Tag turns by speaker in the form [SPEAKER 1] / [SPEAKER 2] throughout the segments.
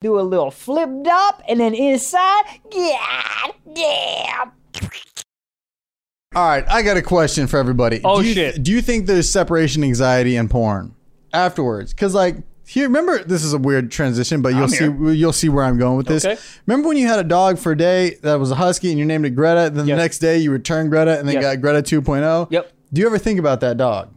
[SPEAKER 1] do a little flip dop, and then inside, god damn.
[SPEAKER 2] All right, I got a question for everybody.
[SPEAKER 3] Oh,
[SPEAKER 2] do you,
[SPEAKER 3] shit.
[SPEAKER 2] Do you think there's separation anxiety in porn afterwards? Because like here, remember this is a weird transition, but you'll
[SPEAKER 3] I'm
[SPEAKER 2] see
[SPEAKER 3] here.
[SPEAKER 2] you'll see where I'm going with this.
[SPEAKER 3] Okay.
[SPEAKER 2] Remember when you had a dog for a day that was a husky and you named it Greta, and then
[SPEAKER 3] Yes.
[SPEAKER 2] the next day you returned Greta and then
[SPEAKER 3] Yes.
[SPEAKER 2] got Greta 2.0?
[SPEAKER 3] Yep.
[SPEAKER 2] Do you ever think about that dog?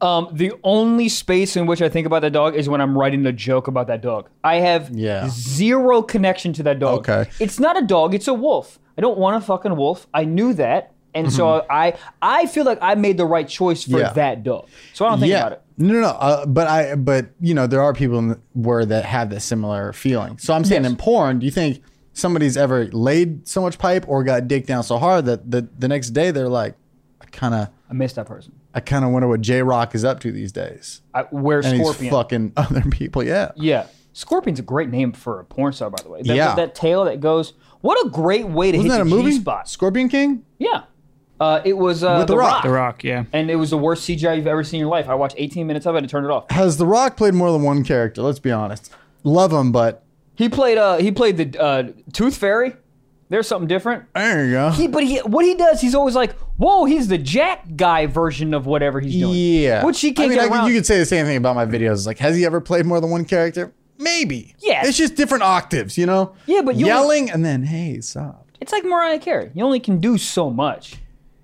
[SPEAKER 3] Um, the only space in which I think about that dog is when I'm writing a joke about that dog. I have
[SPEAKER 2] Yeah.
[SPEAKER 3] zero connection to that dog.
[SPEAKER 2] Okay.
[SPEAKER 3] It's not a dog, it's a wolf. I don't want a fucking wolf. I knew that. And so I I feel like I made the right choice for
[SPEAKER 2] Mm-hmm. Yeah.
[SPEAKER 3] that dog. So I don't think
[SPEAKER 2] yeah.
[SPEAKER 3] about it.
[SPEAKER 2] No, no, no. Uh, but I, but you know, there are people in the, where that have that similar feeling. So I'm saying
[SPEAKER 3] Yes.
[SPEAKER 2] in porn, do you think somebody's ever laid so much pipe or got dicked down so hard that the, the next day they're like, I kind of,
[SPEAKER 3] I missed that person.
[SPEAKER 2] I kind of wonder what J Rock is up to these days,
[SPEAKER 3] I, where's
[SPEAKER 2] and
[SPEAKER 3] Scorpion?
[SPEAKER 2] he's fucking other people. Yeah.
[SPEAKER 3] Yeah. Scorpion's a great name for a porn star, by the way. That,
[SPEAKER 2] Yeah.
[SPEAKER 3] That tail that goes. What a great way to
[SPEAKER 2] Isn't
[SPEAKER 3] hit
[SPEAKER 2] that a
[SPEAKER 3] the
[SPEAKER 2] movie?
[SPEAKER 3] G-spot.
[SPEAKER 2] Scorpion King?
[SPEAKER 3] Yeah. Uh, it was uh,
[SPEAKER 2] With The
[SPEAKER 3] the
[SPEAKER 2] Rock.
[SPEAKER 3] Rock.
[SPEAKER 4] The Rock, yeah.
[SPEAKER 3] And it was the worst CGI you've ever seen in your life. I watched 18 minutes of it and turned it off.
[SPEAKER 2] Has The Rock played more than one character? Let's be honest. Love him, but
[SPEAKER 3] He played uh he played the uh, Tooth Fairy. There's something different.
[SPEAKER 2] there you go.
[SPEAKER 3] He, but he, what he does, he's always like, "Whoa, he's the Jack guy version of whatever he's doing."
[SPEAKER 2] Yeah.
[SPEAKER 3] which he
[SPEAKER 2] I
[SPEAKER 3] can't
[SPEAKER 2] mean,
[SPEAKER 3] get
[SPEAKER 2] I could-
[SPEAKER 3] around.
[SPEAKER 2] you could say the same thing about my videos. It's Like, has he ever played more than one character? Maybe.
[SPEAKER 3] Yes.
[SPEAKER 2] It's just different octaves, you know?
[SPEAKER 3] Yeah, but you-
[SPEAKER 2] yelling and then hey, soft.
[SPEAKER 3] it's like Mariah Carey. You only can do so much.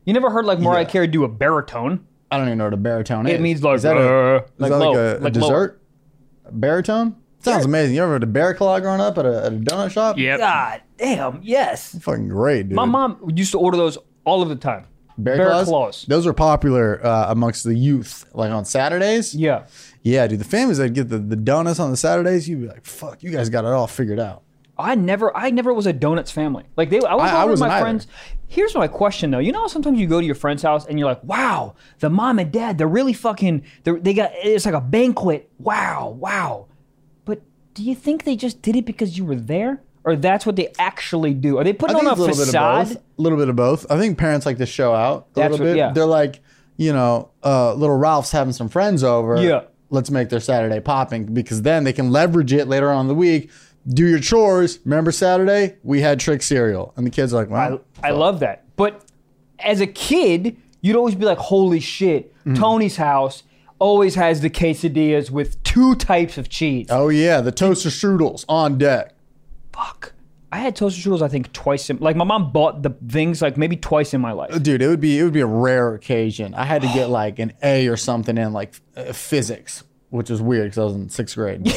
[SPEAKER 3] You never heard like Mariah
[SPEAKER 2] Yeah.
[SPEAKER 3] Carey do a baritone.
[SPEAKER 2] I don't even know what a baritone is.
[SPEAKER 3] It means like
[SPEAKER 2] is that, a,
[SPEAKER 3] uh,
[SPEAKER 2] is that like
[SPEAKER 3] low,
[SPEAKER 2] a, a
[SPEAKER 3] like low.
[SPEAKER 2] dessert? A baritone? Sounds amazing. You ever had a bear claw growing up at a, at a donut shop?
[SPEAKER 4] Yep.
[SPEAKER 3] God damn, yes.
[SPEAKER 2] Fucking great, dude.
[SPEAKER 3] My mom used to order those all of the time.
[SPEAKER 2] bear,
[SPEAKER 3] bear
[SPEAKER 2] claws?
[SPEAKER 3] claws.
[SPEAKER 2] Those were popular uh, amongst the youth, like on Saturdays.
[SPEAKER 3] Yeah.
[SPEAKER 2] Yeah, dude. The families that get the, the donuts on the Saturdays, you'd be like, fuck, you guys got it all figured out.
[SPEAKER 3] I never, I never was a donuts family. Like they, I was
[SPEAKER 2] I- I
[SPEAKER 3] I, with
[SPEAKER 2] wasn't
[SPEAKER 3] my
[SPEAKER 2] either.
[SPEAKER 3] friends. Here's my question though. You know, how sometimes you go to your friend's house and you're like, "Wow, the mom and dad, they're really fucking. They're, they got it's like a banquet. Wow, wow." But do you think they just did it because you were there, or that's what they actually do? Are they putting on a
[SPEAKER 2] it's
[SPEAKER 3] facade?
[SPEAKER 2] bit of both. A little bit of both. I think parents like to show out a
[SPEAKER 3] That's
[SPEAKER 2] little
[SPEAKER 3] what-
[SPEAKER 2] bit.
[SPEAKER 3] yeah.
[SPEAKER 2] They're like, you know, uh, little Ralph's having some friends over.
[SPEAKER 3] Yeah.
[SPEAKER 2] Let's make their Saturday popping because then they can leverage it later on in the week. Do your chores. Remember Saturday? We had trick cereal. And the kids are like, wow.
[SPEAKER 3] I love that. But as a kid, you'd always be like, holy shit,
[SPEAKER 2] Mm-hmm.
[SPEAKER 3] Tony's house always has the quesadillas with two types of cheese.
[SPEAKER 2] oh, yeah. The toaster strudels on deck.
[SPEAKER 3] Fuck. I had toaster strudels, I think, twice in like my mom bought the things like maybe twice in my life.
[SPEAKER 2] Dude, it would be it would be a rare occasion. I had to get like an A or something in like uh, physics, which was weird because I was in sixth grade.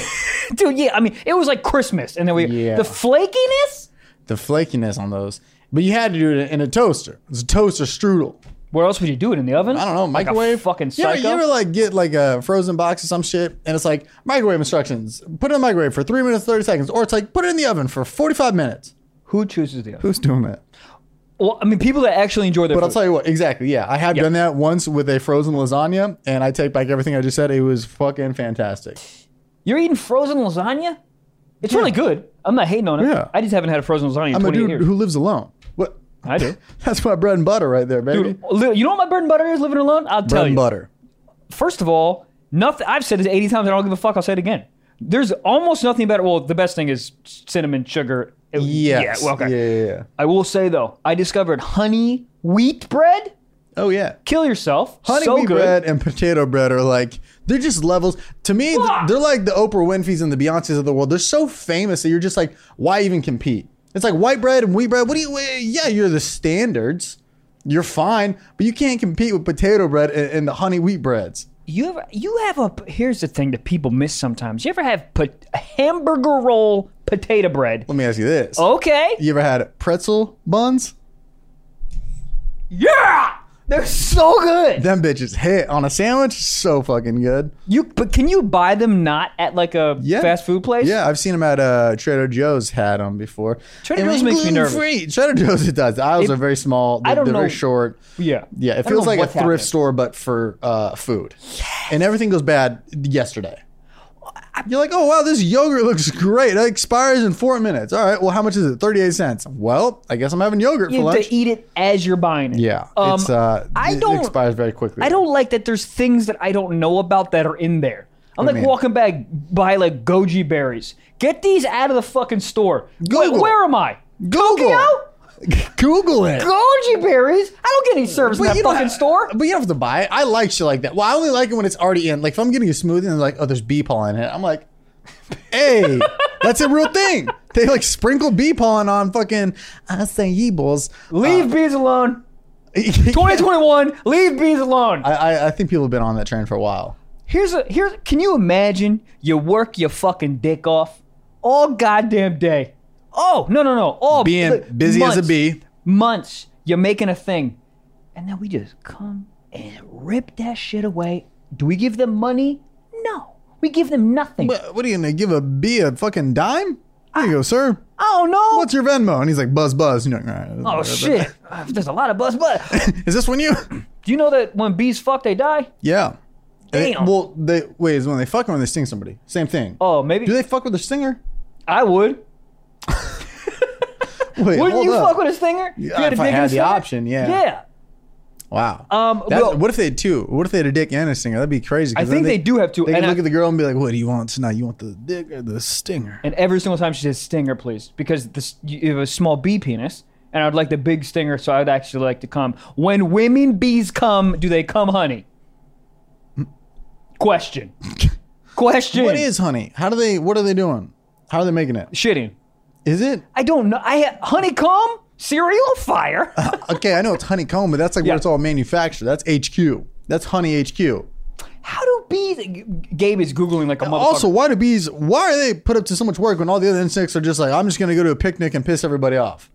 [SPEAKER 3] Dude, yeah, I mean, it was like Christmas. And then we
[SPEAKER 2] Yeah.
[SPEAKER 3] the flakiness?
[SPEAKER 2] the flakiness on those, but you had to do it in a toaster. It's a toaster strudel.
[SPEAKER 3] Where else would you do it in the oven?
[SPEAKER 2] I don't know,
[SPEAKER 3] Like a
[SPEAKER 2] microwave.
[SPEAKER 3] fucking
[SPEAKER 2] you ever,
[SPEAKER 3] psycho.
[SPEAKER 2] you ever like get like a frozen box or some shit, and it's like microwave instructions. Put it in the microwave for three minutes thirty seconds, or it's like put it in the oven for forty five minutes.
[SPEAKER 3] Who chooses the oven?
[SPEAKER 2] Who's doing that?
[SPEAKER 3] Well, I mean, people that actually enjoy their
[SPEAKER 2] But I'll
[SPEAKER 3] food.
[SPEAKER 2] tell you what, exactly. Yeah, I have done that once with a frozen lasagna, and I take back everything I just said. It was fucking fantastic.
[SPEAKER 3] You're eating frozen lasagna? It's really good. I'm not hating on it.
[SPEAKER 2] Yeah.
[SPEAKER 3] I just haven't had a frozen lasagna in
[SPEAKER 2] I'm a
[SPEAKER 3] 20
[SPEAKER 2] dude
[SPEAKER 3] years.
[SPEAKER 2] who lives alone. What?
[SPEAKER 3] I do.
[SPEAKER 2] That's my bread and butter right there, baby.
[SPEAKER 3] Dude, li- you know what my bread and butter is living alone? I'll tell
[SPEAKER 2] bread and
[SPEAKER 3] you.
[SPEAKER 2] butter.
[SPEAKER 3] First of all, nothing. I've said this 80 times. I don't give a fuck. I'll say it again. There's almost nothing better. Well, the best thing is cinnamon, sugar. It-
[SPEAKER 2] Yes.
[SPEAKER 3] Yeah. Well, okay.
[SPEAKER 2] Yeah, yeah, yeah.
[SPEAKER 3] I will say though, I discovered honey wheat bread.
[SPEAKER 2] Oh yeah.
[SPEAKER 3] Kill yourself.
[SPEAKER 2] honey
[SPEAKER 3] so
[SPEAKER 2] wheat
[SPEAKER 3] good.
[SPEAKER 2] bread and potato bread are like they're just levels to me th-
[SPEAKER 3] Fuck.
[SPEAKER 2] they're like the oprah winfrey's and the beyonces of the world they're so famous that you're just like why even compete it's like white bread and wheat bread what do you eh, yeah you're the standards you're fine but you can't compete with potato bread and, and the honey wheat breads
[SPEAKER 3] You ever? You have a. Here's the thing that people miss sometimes. You ever have pot, hamburger roll potato bread?
[SPEAKER 2] let me ask you this
[SPEAKER 3] Okay.
[SPEAKER 2] you ever had pretzel buns
[SPEAKER 3] Yeah. They're so good.
[SPEAKER 2] them bitches hit on a sandwich so fucking good
[SPEAKER 3] You but can you buy them not at like a
[SPEAKER 2] Yeah.
[SPEAKER 3] fast food place?
[SPEAKER 2] Yeah, I've seen them at uh, Trader Joe's. Had them before.
[SPEAKER 3] Trader
[SPEAKER 2] And
[SPEAKER 3] Joe's makes me nervous.
[SPEAKER 2] gluten-free. Trader Joe's it does. The aisles
[SPEAKER 3] It-
[SPEAKER 2] are very small. They're,
[SPEAKER 3] I don't
[SPEAKER 2] they're
[SPEAKER 3] know.
[SPEAKER 2] very short.
[SPEAKER 3] Yeah.
[SPEAKER 2] Yeah, it
[SPEAKER 3] I don't
[SPEAKER 2] feels
[SPEAKER 3] know
[SPEAKER 2] like a
[SPEAKER 3] what's
[SPEAKER 2] thrift
[SPEAKER 3] happening.
[SPEAKER 2] store, but for uh, food. And everything goes bad yesterday. You're like, oh wow, this yogurt looks great. It expires in four minutes. All right, well, how much is it? Thirty-eight cents. Well, I guess I'm having yogurt for
[SPEAKER 3] You have
[SPEAKER 2] lunch.
[SPEAKER 3] to eat it as you're buying it.
[SPEAKER 2] yeah,
[SPEAKER 3] Um,
[SPEAKER 2] it's uh,
[SPEAKER 3] I
[SPEAKER 2] it
[SPEAKER 3] don't-
[SPEAKER 2] expires very quickly.
[SPEAKER 3] I don't like that there's things that I don't know about that are in there. I'm I'm
[SPEAKER 2] do
[SPEAKER 3] like
[SPEAKER 2] you mean?
[SPEAKER 3] walking back by like goji berries. Get these out of the fucking store. Wait,
[SPEAKER 2] Google.
[SPEAKER 3] where am I?
[SPEAKER 2] Google.
[SPEAKER 3] Tokyo?
[SPEAKER 2] Google it.
[SPEAKER 3] Goji berries? I don't get any service in that
[SPEAKER 2] you Uh, don't
[SPEAKER 3] fucking
[SPEAKER 2] have-
[SPEAKER 3] store.
[SPEAKER 2] But you don't have to buy it. I like shit like that. Well, I only like it when it's already in. Like if I'm getting a smoothie and they're like, oh, there's bee pollen in it. I'm like, hey, that's a real thing. They like sprinkle bee pollen on fucking acai Uh,
[SPEAKER 3] Leave bees alone.
[SPEAKER 2] Twenty
[SPEAKER 3] 2021, leave bees alone.
[SPEAKER 2] I, I, I think people have been on that train for a while.
[SPEAKER 3] Here's a here's can you imagine you work your fucking dick off all goddamn day. Oh, no no no. All
[SPEAKER 2] Being
[SPEAKER 3] like,
[SPEAKER 2] busy as
[SPEAKER 3] months,
[SPEAKER 2] a bee.
[SPEAKER 3] Months you're making a thing. And then we just come and rip that shit away. Do we give them money? No. We give them nothing.
[SPEAKER 2] What, what are you gonna give a bee a fucking dime? There you go, sir.
[SPEAKER 3] oh no.
[SPEAKER 2] What's your Venmo? And he's like, buzz, buzz. You know, all right.
[SPEAKER 3] oh shit. Uh, There's a lot of buzz but
[SPEAKER 2] Is this one you?
[SPEAKER 3] do you know that when bees fuck they die?
[SPEAKER 2] yeah. They-
[SPEAKER 3] Damn.
[SPEAKER 2] well, they wait. Is when they fuck or when they sting somebody? Same thing.
[SPEAKER 3] Oh, maybe
[SPEAKER 2] Do they fuck with their stinger?
[SPEAKER 3] I would.
[SPEAKER 2] Wait,
[SPEAKER 3] Wouldn't
[SPEAKER 2] hold
[SPEAKER 3] you
[SPEAKER 2] up.
[SPEAKER 3] fuck with a stinger? you
[SPEAKER 2] if
[SPEAKER 3] a
[SPEAKER 2] I
[SPEAKER 3] dick and a
[SPEAKER 2] had the
[SPEAKER 3] stinger?
[SPEAKER 2] option, yeah.
[SPEAKER 3] Yeah.
[SPEAKER 2] Wow.
[SPEAKER 3] Um,
[SPEAKER 2] That's-
[SPEAKER 3] well-
[SPEAKER 2] what if they had two? What if they had a dick and a stinger? That'd be crazy. 'cause
[SPEAKER 3] I
[SPEAKER 2] then
[SPEAKER 3] think they, do have to.
[SPEAKER 2] They
[SPEAKER 3] and
[SPEAKER 2] could
[SPEAKER 3] I-
[SPEAKER 2] look at the girl and be like, "What do you want tonight? You want the dick or the stinger?"
[SPEAKER 3] And every single time she says stinger, please, because this you have a small bee penis, and I'd like the big stinger, so I'd actually like to come. When women bees come, do they come, honey? Question. Question.
[SPEAKER 2] What is honey? How do they? What are they doing? How are they making it?
[SPEAKER 3] shitting?
[SPEAKER 2] Is it
[SPEAKER 3] I don't know. I ha- honeycomb cereal fire.
[SPEAKER 2] okay? I know it's honeycomb, but that's like
[SPEAKER 3] Yeah.
[SPEAKER 2] where it's all manufactured. That's HQ. That's honey HQ.
[SPEAKER 3] How do bees? G- Gabe is googling like a motherfucker.
[SPEAKER 2] Also, why do bees? Why are they put up to so much work when all the other insects are just like, "I'm just gonna go to a picnic and piss everybody off"?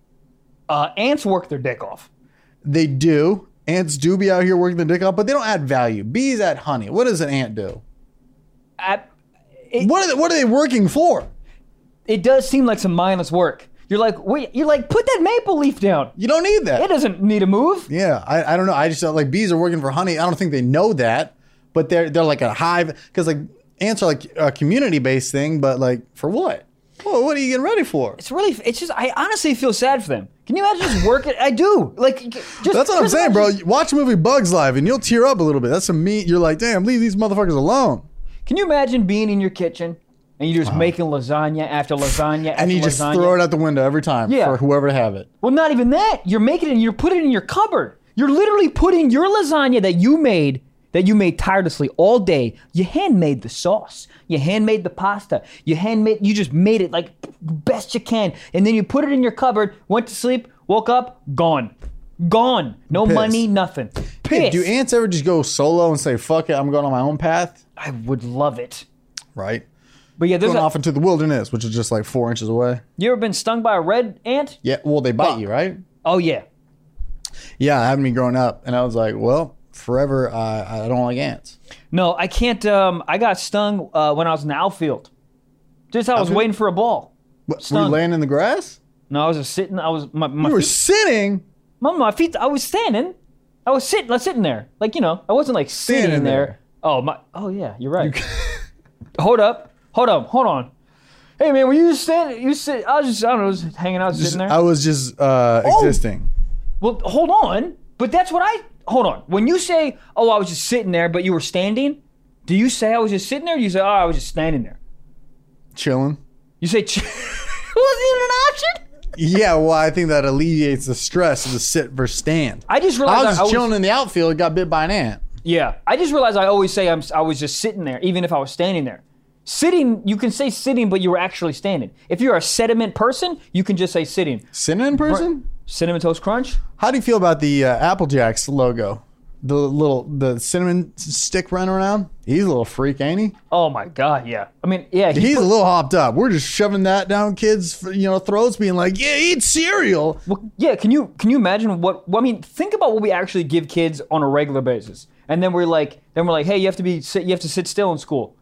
[SPEAKER 3] uh, ants work their dick off.
[SPEAKER 2] They do. Ants do be out here working their dick off, but they don't add value. Bees add honey. What does an ant do?
[SPEAKER 3] I,
[SPEAKER 2] What are they, what are they working for?
[SPEAKER 3] it does seem like some mindless work. You're like, wait, you're like, put that maple leaf down.
[SPEAKER 2] You don't need
[SPEAKER 3] It
[SPEAKER 2] that.
[SPEAKER 3] doesn't need a move.
[SPEAKER 2] Yeah, I, I don't know. I just like bees are working for honey. I don't think they know that, but they're they're like a hive because like ants are like a community based thing, but like for what? Well, what are you getting ready for?
[SPEAKER 3] It's really, it's just, I honestly feel sad for them. Can you imagine just working? I do. Like, just.
[SPEAKER 2] That's what I'm
[SPEAKER 3] just
[SPEAKER 2] saying, bro.
[SPEAKER 3] imagine-
[SPEAKER 2] You Watch the movie Bugs Live and you'll tear up a little bit. That's some meat. You're like, damn, leave these motherfuckers alone.
[SPEAKER 3] Can you imagine being in your kitchen and you're just making lasagna after lasagna after
[SPEAKER 2] And you
[SPEAKER 3] lasagna?
[SPEAKER 2] just throw it out the window every time
[SPEAKER 3] Yeah.
[SPEAKER 2] for whoever to have it.
[SPEAKER 3] Well, not even that. You're making it and you're putting it in your cupboard. You're literally putting your lasagna that you made, that you made tirelessly all day. You handmade the sauce. You handmade the pasta. You handmade, you just made it like best you can. And then you put it in your cupboard, went to sleep, woke up, gone. Gone. No
[SPEAKER 2] Pissed.
[SPEAKER 3] money, nothing.
[SPEAKER 2] Hey, do
[SPEAKER 3] Pissed.
[SPEAKER 2] ants ever just go solo and say, fuck it, I'm going on my own path?
[SPEAKER 3] I would love it.
[SPEAKER 2] Right.
[SPEAKER 3] But yeah, there's
[SPEAKER 2] Going
[SPEAKER 3] a,
[SPEAKER 2] off into the wilderness, which is just like four inches away.
[SPEAKER 3] you ever been stung by a red ant?
[SPEAKER 2] Yeah, well, they bite you, right?
[SPEAKER 3] Oh yeah.
[SPEAKER 2] Yeah, I had me growing up, and I was like, well, forever, I, I don't like ants.
[SPEAKER 3] No, I can't. Um, I got stung uh, when I was in the outfield. Just I was
[SPEAKER 2] Outfield?
[SPEAKER 3] waiting for a ball.
[SPEAKER 2] What, were you
[SPEAKER 3] Stung.
[SPEAKER 2] laying in the grass?
[SPEAKER 3] No, I was just sitting. I was my my
[SPEAKER 2] You were
[SPEAKER 3] feet,
[SPEAKER 2] sitting.
[SPEAKER 3] my, my feet. I was standing. I was sitting. I was sitting there. Like you know, I wasn't like sitting
[SPEAKER 2] Standing
[SPEAKER 3] there.
[SPEAKER 2] there.
[SPEAKER 3] Oh my. Oh yeah, you're right. hold up. Hold up. Hold on. Hey man, were you just standing? You sit. I was just. I don't know. Just hanging out, sitting there. Oh!
[SPEAKER 2] I was just uh, existing.
[SPEAKER 3] Well, hold on. But that's what I hold on. When you say, "Oh, I was just sitting there," but you were standing, do you say I was just sitting there? Or do you say, "Oh, I was just standing there"?
[SPEAKER 2] Chilling.
[SPEAKER 3] You say, "Ch- "Wasn't even an option."
[SPEAKER 2] Yeah, well, I think that alleviates the stress of the sit versus stand. I,
[SPEAKER 3] I just realized
[SPEAKER 2] was
[SPEAKER 3] I
[SPEAKER 2] just
[SPEAKER 3] always-
[SPEAKER 2] chilling in the outfield, got bit by an ant.
[SPEAKER 3] yeah, I just realized I always say I'm, I was just sitting there, even if I was standing there. Sitting, you can say sitting, but you were actually standing. If you're a sediment person, you can just say sitting.
[SPEAKER 2] Sitting in person?
[SPEAKER 3] Cinnamon toast crunch.
[SPEAKER 2] How do you feel about the uh, Apple Jacks logo? The little the cinnamon s- stick running around. He's a little freak, ain't he?
[SPEAKER 3] Oh my god, yeah. I mean, yeah. he
[SPEAKER 2] He's
[SPEAKER 3] put-
[SPEAKER 2] a little hopped up. We're just shoving that down kids, you know, throats, being like, "Yeah, eat cereal."
[SPEAKER 3] Well, yeah, can you can you imagine what? Well, I mean, think about what we actually give kids on a regular basis, and then we're like, then we're like, hey, you have to be sit, you have to sit still in school.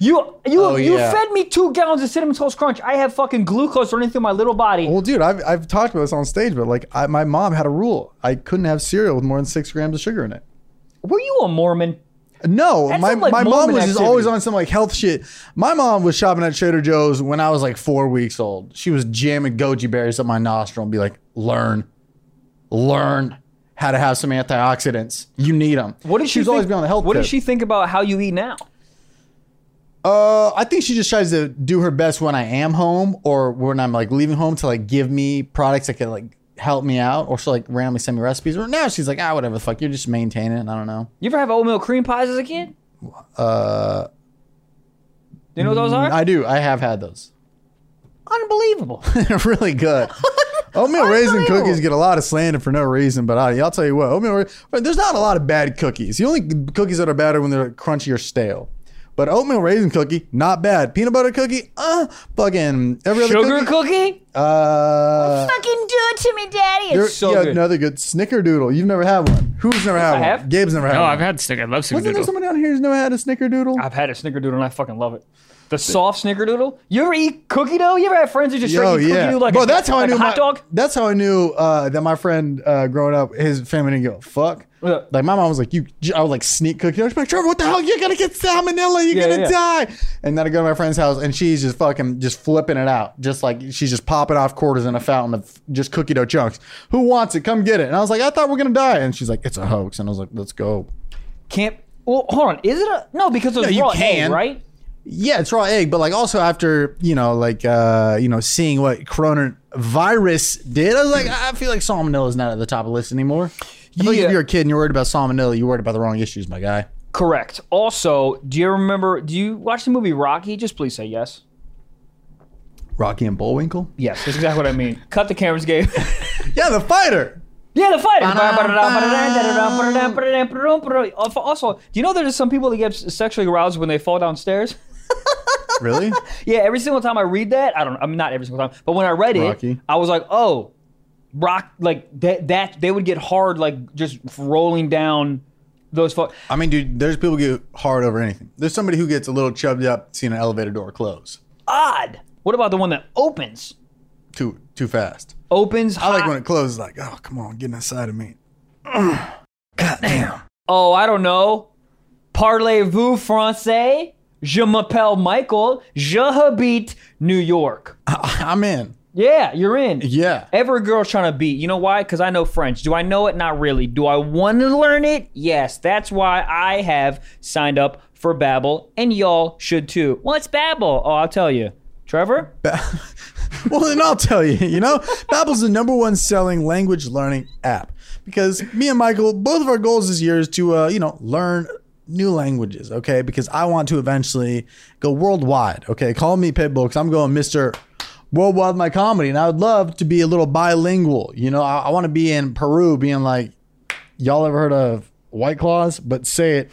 [SPEAKER 3] You you
[SPEAKER 2] Oh,
[SPEAKER 3] you
[SPEAKER 2] yeah.
[SPEAKER 3] fed me two gallons of cinnamon toast crunch. I have fucking glucose running through my little body.
[SPEAKER 2] Well, dude, I've, I've talked about this on stage, but like, I, my mom had a rule: I couldn't have cereal with more than six grams of sugar in it.
[SPEAKER 3] Were you a Mormon?
[SPEAKER 2] No, my,
[SPEAKER 3] some, like,
[SPEAKER 2] my mom
[SPEAKER 3] Mormon
[SPEAKER 2] was just
[SPEAKER 3] activity.
[SPEAKER 2] always on some like health shit. My mom was shopping at Trader Joe's when I was like four weeks old. She was jamming goji berries up my nostril and be like, "Learn, learn how to have some antioxidants. You need them."
[SPEAKER 3] What did she
[SPEAKER 2] She's
[SPEAKER 3] think,
[SPEAKER 2] always been on the health.
[SPEAKER 3] What
[SPEAKER 2] tip.
[SPEAKER 3] did she think about how you eat now?
[SPEAKER 2] Uh, I think she just tries to do her best when I am home or when I'm like leaving home to like give me products that can like help me out, or she'll like randomly send me recipes. Or now she's like, ah, whatever the fuck, you're just maintaining. it. I don't know.
[SPEAKER 3] You ever have oatmeal cream pies as a kid? Uh, you know what those are?
[SPEAKER 2] mm, I do. I have had those.
[SPEAKER 3] Unbelievable.
[SPEAKER 2] They're really good. Oatmeal raisin cookies get a lot of slander for no reason, but I, I'll tell you what, oatmeal. ra- There's not a lot of bad cookies. The only cookies that are bad are when they're crunchy or stale. But oatmeal raisin cookie, not bad. Peanut butter cookie, uh, fucking every other
[SPEAKER 3] Sugar
[SPEAKER 2] cookie,
[SPEAKER 3] cookie?
[SPEAKER 2] uh,
[SPEAKER 1] Fucking do it to me, Daddy. It's
[SPEAKER 2] You're-
[SPEAKER 3] so
[SPEAKER 2] yeah,
[SPEAKER 3] good.
[SPEAKER 2] another good Snickerdoodle. You've never had one. Who's never had
[SPEAKER 3] I
[SPEAKER 2] one?
[SPEAKER 3] have.
[SPEAKER 2] Gabe's never had
[SPEAKER 4] Oh,
[SPEAKER 2] one.
[SPEAKER 4] I've had stick. I love
[SPEAKER 2] Wasn't there
[SPEAKER 4] snickerdoodle.
[SPEAKER 2] someone out here who's never had a Snickerdoodle?
[SPEAKER 3] I've had a snickerdoodle and I fucking love it. The soft snickerdoodle? You ever eat cookie dough? You ever have friends who just
[SPEAKER 2] Oh
[SPEAKER 3] straight eat cookie dough like,
[SPEAKER 2] Bro,
[SPEAKER 3] a,
[SPEAKER 2] that's how
[SPEAKER 3] like
[SPEAKER 2] I knew
[SPEAKER 3] a hot
[SPEAKER 2] my,
[SPEAKER 3] dog?
[SPEAKER 2] That's how I knew uh, that my friend uh, growing up, his family didn't give a fuck.
[SPEAKER 3] Yeah.
[SPEAKER 2] Like my mom was like, "You," I would like sneak cookie. I was like, "Trevor, what the hell? You're gonna get salmonella. You're
[SPEAKER 3] Yeah,
[SPEAKER 2] gonna
[SPEAKER 3] yeah.
[SPEAKER 2] die." And then I go to my friend's house, and she's just fucking just flipping it out, just like she's just popping off quarters in a fountain of just cookie dough chunks. Who wants it? Come get it. And I was like, "I thought we are gonna die," and she's like, "It's a hoax." And I was like, "Let's go."
[SPEAKER 3] Can't. Well, hold on. Is it a. No, because it was
[SPEAKER 2] you
[SPEAKER 3] raw
[SPEAKER 2] can.
[SPEAKER 3] egg, right?
[SPEAKER 2] Yeah, it's raw egg, but like also after you know, like uh, you know, seeing what coronavirus did, I was like, I feel like salmonella is not at the top of the list anymore. I feel like if
[SPEAKER 3] Yeah.
[SPEAKER 2] you're a kid and you're worried about salmonella, you're worried about the wrong issues, my guy.
[SPEAKER 3] Correct. Also, do you remember? Do you watch the movie Rocky? Just please say yes.
[SPEAKER 2] Rocky and Bullwinkle.
[SPEAKER 3] Yes, that's exactly what I mean. Cut the cameras, Gabe.
[SPEAKER 2] Yeah, the fighter.
[SPEAKER 3] Yeah, the fight. Also, do you know there's some people that get sexually aroused when they fall downstairs?
[SPEAKER 2] Really?
[SPEAKER 3] Yeah, every single time I read that, I don't. I'm not every single time, but when I read it,
[SPEAKER 2] Rocky.
[SPEAKER 3] I was like, oh, rock like that. That they would get hard like just rolling down those. Fu-
[SPEAKER 2] I mean, dude, there's people who get hard over anything. There's somebody who gets a little chubbed up seeing an elevator door close
[SPEAKER 3] Odd. What about the one that opens?
[SPEAKER 2] too too fast.
[SPEAKER 3] Opens.
[SPEAKER 2] I like
[SPEAKER 3] hot.
[SPEAKER 2] when it closes. Like, oh, come on, get inside of me.
[SPEAKER 3] oh, I don't know. Parlez-vous français? Je m'appelle Michael. Je habite New York.
[SPEAKER 2] I'm in.
[SPEAKER 3] Yeah, you're in.
[SPEAKER 2] Yeah.
[SPEAKER 3] Every girl's trying to beat. You know why? Because I know French. Do I know it? Not really. Do I want to learn it? Yes. That's why I have signed up for Babbel, and y'all should too. What's Babbel? Oh, I'll tell you. Trevor?
[SPEAKER 2] Well, then I'll tell you. You know, Babbel's the number one selling language learning app because me and Michael, both of our goals this year is to, uh, you know, learn new languages. Okay, because I want to eventually go worldwide. Okay, call me Pitbull because I'm going Mister Worldwide with my comedy, and I would love to be a little bilingual. You know, I, I want to be in Peru, being like, y'all ever heard of White Claws? But say it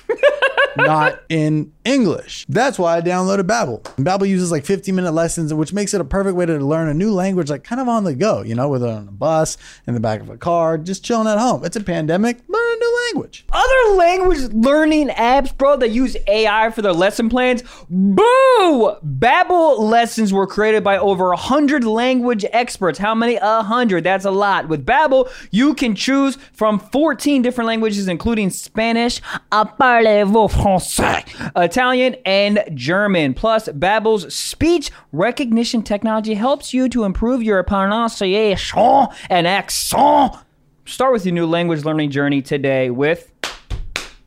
[SPEAKER 2] not in English. That's why I downloaded Babbel. Babbel uses like 15 minute lessons, which makes it a perfect way to learn a new language, like kind of on the go, you know, whether on a bus, in the back of a car, just chilling at home. It's a pandemic, learn a new language.
[SPEAKER 3] Other language learning apps, bro, that use AI for their lesson plans. Boo! Babbel lessons were created by over 100 language experts. How many? 100. That's a lot. With Babbel, you can choose from 14 different languages including Spanish, a parlez-vous français, Italian, and German. Plus, Babbel's speech recognition technology helps you to improve your pronunciation and accent. Start with your new language learning journey today with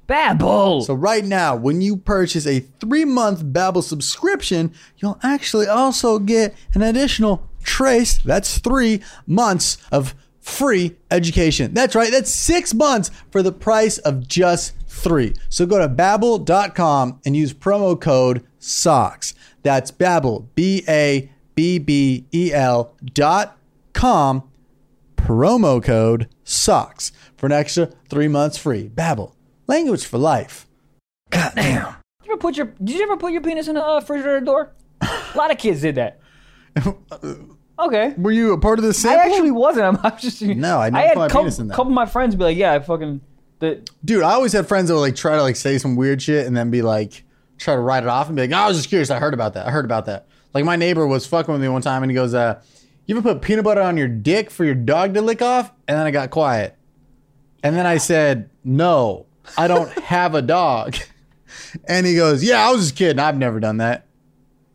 [SPEAKER 3] Babbel.
[SPEAKER 2] So right now, when you purchase a three month Babbel subscription, you'll actually also get an additional trace. That's three months of free education. That's right. That's six months for the price of just three. So go to babbel.com and use promo code SOCKS. That's Babbel, B A B B E L dot com promo code SOCKS for an extra three months free. Babbel, language for life.
[SPEAKER 3] you ever put your did you ever put your penis in a uh, refrigerator door? a lot of kids did that. Okay.
[SPEAKER 2] Were you a part of this
[SPEAKER 3] I
[SPEAKER 2] sample?
[SPEAKER 3] actually wasn't. I'm, I'm just
[SPEAKER 2] No, I never
[SPEAKER 3] had
[SPEAKER 2] put my
[SPEAKER 3] couple,
[SPEAKER 2] penis in that.
[SPEAKER 3] couple of my friends be like, yeah, I fucking the,
[SPEAKER 2] Dude, I always had friends that would like try to like say some weird shit and then be like try to write it off and be like, "Oh, I was just curious, I heard about that. I heard about that. Like my neighbor was fucking with me one time and he goes, uh, you ever put peanut butter on your dick for your dog to lick off? And then I got quiet. And then I said, No, I don't have a dog. And he goes, Yeah, I was just kidding. I've never done that.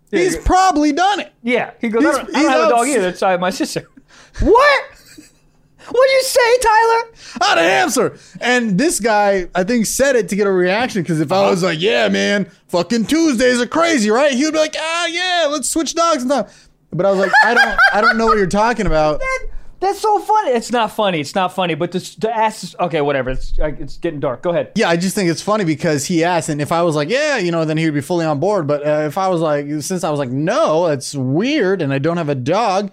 [SPEAKER 2] He's probably done it.
[SPEAKER 3] Yeah. He goes, I
[SPEAKER 2] He's-
[SPEAKER 3] don't, I
[SPEAKER 2] he's
[SPEAKER 3] don't have a
[SPEAKER 2] outs-
[SPEAKER 3] dog either. It's uh, my sister. what? What do you say, Tyler?
[SPEAKER 2] Not an answer. And this guy, I think, said it to get a reaction because if I was like, yeah, man, fucking Tuesdays are crazy, right? He would be like, ah, yeah, let's switch dogs and stuff. But I was like, I don't, I don't know what you're talking about.
[SPEAKER 3] That's so funny. It's not funny. It's not funny. But this, to ask, okay, whatever. It's like, it's getting dark. Go ahead.
[SPEAKER 2] Yeah, I just think it's funny because he asked, and if I was like, yeah, you know, then he would be fully on board. But uh, if I was like, since I was like, no, it's weird, and I don't have a dog,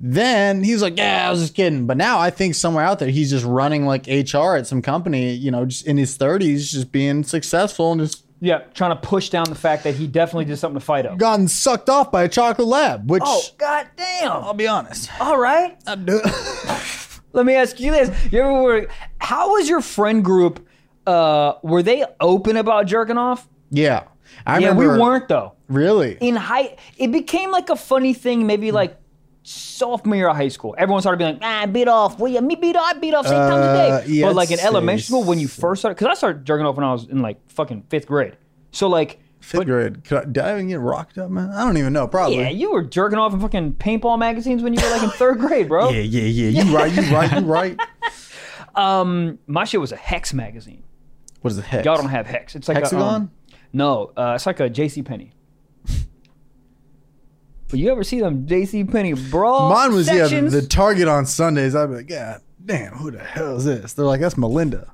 [SPEAKER 2] then he's like, yeah, I was just kidding. But now I think somewhere out there, he's just running like HR at some company, you know, just in his 30s, just being successful and just
[SPEAKER 3] Yeah, trying to push down the fact that he definitely did something to fight up.
[SPEAKER 2] gotten sucked off by a chocolate lab, which
[SPEAKER 3] Oh, god damn.
[SPEAKER 2] I'll be honest,
[SPEAKER 3] All right.
[SPEAKER 2] I'd do
[SPEAKER 3] Let me ask you this. You ever were, how was your friend group? Uh, were they open about jerking off?
[SPEAKER 2] yeah. I
[SPEAKER 3] Yeah,
[SPEAKER 2] remember.
[SPEAKER 3] we weren't though.
[SPEAKER 2] Really?
[SPEAKER 3] in high it became like a funny thing maybe
[SPEAKER 2] Mm.
[SPEAKER 3] like sophomore year of high school everyone started being like ah beat off well yeah me beat off I beat off six
[SPEAKER 2] Uh,
[SPEAKER 3] times a day
[SPEAKER 2] yeah,
[SPEAKER 3] but like in
[SPEAKER 2] I'd
[SPEAKER 3] elementary
[SPEAKER 2] say
[SPEAKER 3] school when you
[SPEAKER 2] so.
[SPEAKER 3] first started because I started jerking off when I was in like fucking fifth grade so like
[SPEAKER 2] Fifth grade. Could I, did I even get rocked up, man? I don't even know. Probably.
[SPEAKER 3] yeah you were jerking off in fucking paintball magazines when you were like in third grade bro
[SPEAKER 2] Yeah, yeah, yeah. You right, you right, you right.
[SPEAKER 3] my shit was a hex magazine
[SPEAKER 2] What is the heck?
[SPEAKER 3] y'all don't have hex it's like a,
[SPEAKER 2] Hexagon?
[SPEAKER 3] um, no uh, it's like a JC Penny. But you ever see them JC Penny bra
[SPEAKER 2] Mine was yeah, the,
[SPEAKER 3] sections?
[SPEAKER 2] the Target on Sundays. I'd be like, God damn, who the hell is this? They're like, that's Melinda.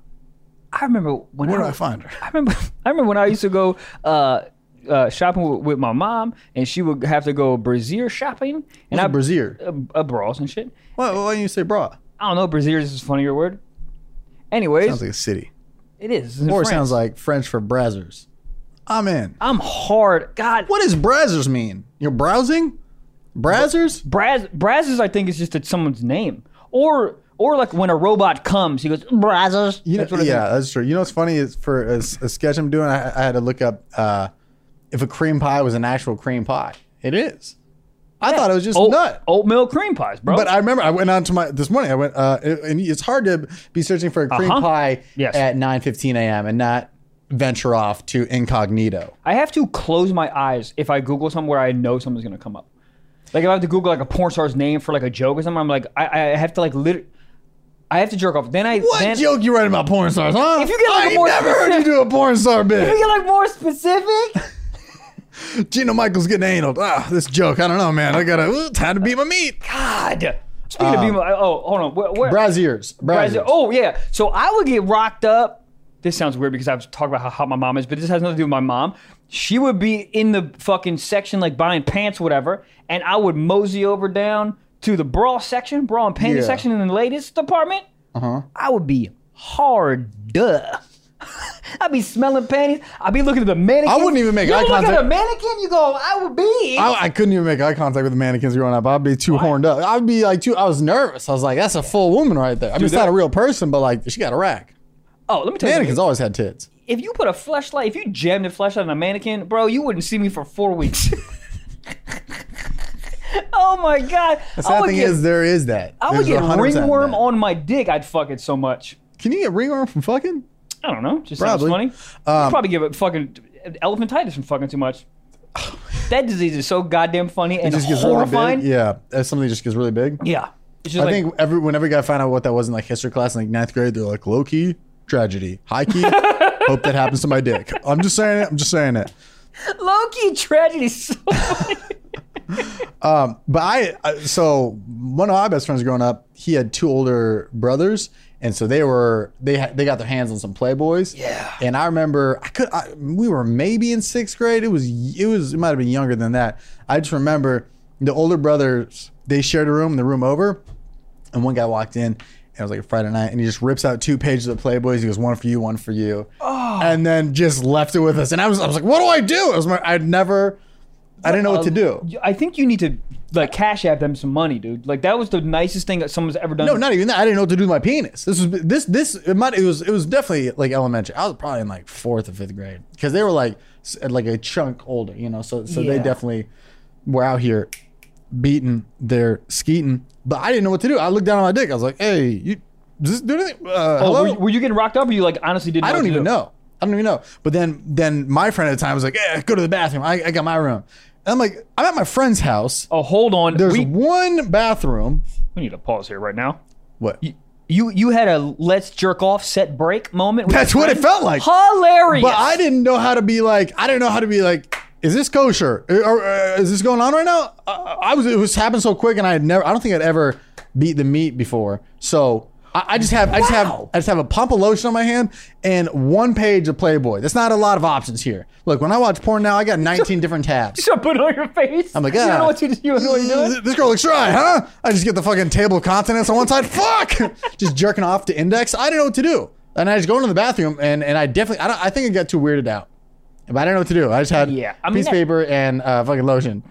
[SPEAKER 3] I remember when
[SPEAKER 2] Where
[SPEAKER 3] I
[SPEAKER 2] do I
[SPEAKER 3] was-
[SPEAKER 2] find her?
[SPEAKER 3] I remember I remember when I used to go uh, uh, shopping with, with my mom, and she would have to go brazier shopping, and
[SPEAKER 2] Not
[SPEAKER 3] I
[SPEAKER 2] a brazier.
[SPEAKER 3] uh, uh, bras and shit.
[SPEAKER 2] Why, why do you say bra?
[SPEAKER 3] I don't know, brazier is a funnier word. Anyways,
[SPEAKER 2] Sounds like a city.
[SPEAKER 3] it is. It's
[SPEAKER 2] Or it
[SPEAKER 3] sounds
[SPEAKER 2] sounds like French for browsers. I'm in.
[SPEAKER 3] I'm hard. God,
[SPEAKER 2] What does browsers mean? You're browsing? Browsers?
[SPEAKER 3] Braz Brazzers, I think is just that someone's name, or or like when a robot comes, he goes Brazzers.
[SPEAKER 2] You know-
[SPEAKER 3] That's what I
[SPEAKER 2] yeah,
[SPEAKER 3] think.
[SPEAKER 2] that's true. You know what's funny is for a, s- a sketch I'm doing, I, I had to look up uh, if a cream pie was an actual cream pie. It is. I thought it was just
[SPEAKER 3] Oat,
[SPEAKER 2] nut.
[SPEAKER 3] oatmeal cream pies, bro.
[SPEAKER 2] But I remember I went on to my this morning. I went, uh, and it's hard to be searching for a cream
[SPEAKER 3] Uh-huh.
[SPEAKER 2] pie
[SPEAKER 3] Yes.
[SPEAKER 2] at 9:15 a.m. and not venture off to incognito.
[SPEAKER 3] I have to close my eyes if I Google something where I know something's gonna come up. Like if I have to Google like a porn star's name for like a joke or something, I'm like I, I have to like literally, I have to jerk off. Then I
[SPEAKER 2] What
[SPEAKER 3] then,
[SPEAKER 2] joke you writing about porn stars, huh?
[SPEAKER 3] If you get, like,
[SPEAKER 2] I
[SPEAKER 3] a
[SPEAKER 2] ain't
[SPEAKER 3] more
[SPEAKER 2] never heard you
[SPEAKER 3] specific-
[SPEAKER 2] do a porn star bit.
[SPEAKER 3] get like more specific.
[SPEAKER 2] Gina Michaels getting anal. Ah, this joke. I don't know, man. I gotta ooh, time to beat my meat.
[SPEAKER 3] God. Speaking
[SPEAKER 2] Um,
[SPEAKER 3] of being, oh hold on, where, where,
[SPEAKER 2] Braziers. Braziers.
[SPEAKER 3] Brazil- Oh yeah. So I would get rocked up. This sounds weird because I've talked about how hot my mom is, but this has nothing to do with my mom. She would be in the fucking section like buying pants, whatever, and I would mosey over down to the bra section, bra and panty
[SPEAKER 2] Yeah.
[SPEAKER 3] section in the ladies department. Uh-huh. I would be hard duh. I'd be smelling panties. I'd be looking at the mannequin.
[SPEAKER 2] I wouldn't even make
[SPEAKER 3] you
[SPEAKER 2] eye
[SPEAKER 3] look
[SPEAKER 2] contact.
[SPEAKER 3] at the mannequin, you go, I would be.
[SPEAKER 2] I, I couldn't even make eye contact with the mannequins growing up. I'd be too horned up. I'd be like too. I was nervous. I was like, that's a full woman right there. I mean, it's
[SPEAKER 3] that-
[SPEAKER 2] not a real person, but like she got a rack.
[SPEAKER 3] oh, let me tell you. something.
[SPEAKER 2] Mannequins always had tits.
[SPEAKER 3] if you put a flashlight, if you jammed a flashlight on a mannequin, bro, you wouldn't see me for four weeks. oh my god!
[SPEAKER 2] The sad thing is, there is that.
[SPEAKER 3] I would
[SPEAKER 2] There's
[SPEAKER 3] get
[SPEAKER 2] 100%
[SPEAKER 3] ringworm
[SPEAKER 2] that.
[SPEAKER 3] on my dick. I'd fuck it so much.
[SPEAKER 2] Can you get ringworm from fucking?
[SPEAKER 3] I don't know. Just
[SPEAKER 2] Probably. Um,
[SPEAKER 3] sounds funny. I'd probably give it fucking elephantitis from fucking too much. that disease is so goddamn funny and
[SPEAKER 2] It just gets
[SPEAKER 3] horrifying.
[SPEAKER 2] really big. Yeah, uh, something just gets really big.
[SPEAKER 3] yeah. It's just
[SPEAKER 2] I
[SPEAKER 3] like,
[SPEAKER 2] think every whenever you guys find out what that was in like history class in like ninth grade, they're like low key tragedy, high key. hope that happens to my dick. I'm just saying it. I'm just saying it.
[SPEAKER 3] low key tragedy. is So funny.
[SPEAKER 2] Um, But I, I so one of my best friends growing up, he had two older brothers, and so they were they had they got their hands on some Playboys.
[SPEAKER 3] Yeah.
[SPEAKER 2] And I remember I could I, we were maybe in sixth grade. It was it was it might have been younger than that. I just remember the older brothers they shared a room, the room over, and one guy walked in. and It was like a Friday night, and he just rips out two pages of Playboys. He goes, "One for you, one for you," and then just left it with us. And I was, I was like, "What do I do?" I was, my, I'd never, I didn't know what to do.
[SPEAKER 3] I think you need to like cash app them some money, dude. Like that was the nicest thing that someone's ever done.
[SPEAKER 2] No, not even that. I didn't know what to do with my penis. This was this this it might it was it was definitely like elementary. I was probably in like fourth or fifth grade because they were like s- like a chunk older, you know. So so they
[SPEAKER 3] Yeah.
[SPEAKER 2] definitely were out here beating their skeeting, but I didn't know what to do. I looked down at my dick. I was like, hey, you does this do anything? Uh,
[SPEAKER 3] Oh,
[SPEAKER 2] hello?
[SPEAKER 3] were, you, were you getting rocked up, or you like honestly didn't?
[SPEAKER 2] I
[SPEAKER 3] what
[SPEAKER 2] don't
[SPEAKER 3] to
[SPEAKER 2] even
[SPEAKER 3] do?
[SPEAKER 2] know. I don't even know. But then then my friend at the time was like, yeah, go to the bathroom. I, I got my room. And I'm like, I'm at my friend's house.
[SPEAKER 3] Oh, hold on.
[SPEAKER 2] There's
[SPEAKER 3] We,
[SPEAKER 2] one bathroom.
[SPEAKER 3] we need to pause here right now.
[SPEAKER 2] What?
[SPEAKER 3] You- You you had a let's jerk off set break moment. with
[SPEAKER 2] That's
[SPEAKER 3] your
[SPEAKER 2] what it
[SPEAKER 3] friend?
[SPEAKER 2] felt like.
[SPEAKER 3] Hilarious.
[SPEAKER 2] But I didn't know how to be like. I didn't know how to be like. Is this kosher? Or, or, uh, is this going on right now? Uh, I was. It was happened so quick, and I had never. I don't think I'd ever beat the meat before. So I, I just have. I just have.
[SPEAKER 3] Wow.
[SPEAKER 2] I just have a pump of lotion on my hand and one page of Playboy. That's not a lot of options here. Look, when I watch porn now, I got 19 different tabs.
[SPEAKER 3] Just put it on your face. I'm
[SPEAKER 2] like,
[SPEAKER 3] you don't
[SPEAKER 2] "Ah."
[SPEAKER 3] know what you, you don't know what you're doing.
[SPEAKER 2] This girl looks dry, huh? I just get the fucking table of contents on one side. Fuck! just jerking off to index. I didn't know what to do. And I just go into the bathroom and, and I definitely, I, don't, I think I got too weirded out. But I didn't know what to do. I just had
[SPEAKER 3] Yeah, I mean,
[SPEAKER 2] piece of
[SPEAKER 3] that-
[SPEAKER 2] paper and uh, fucking lotion.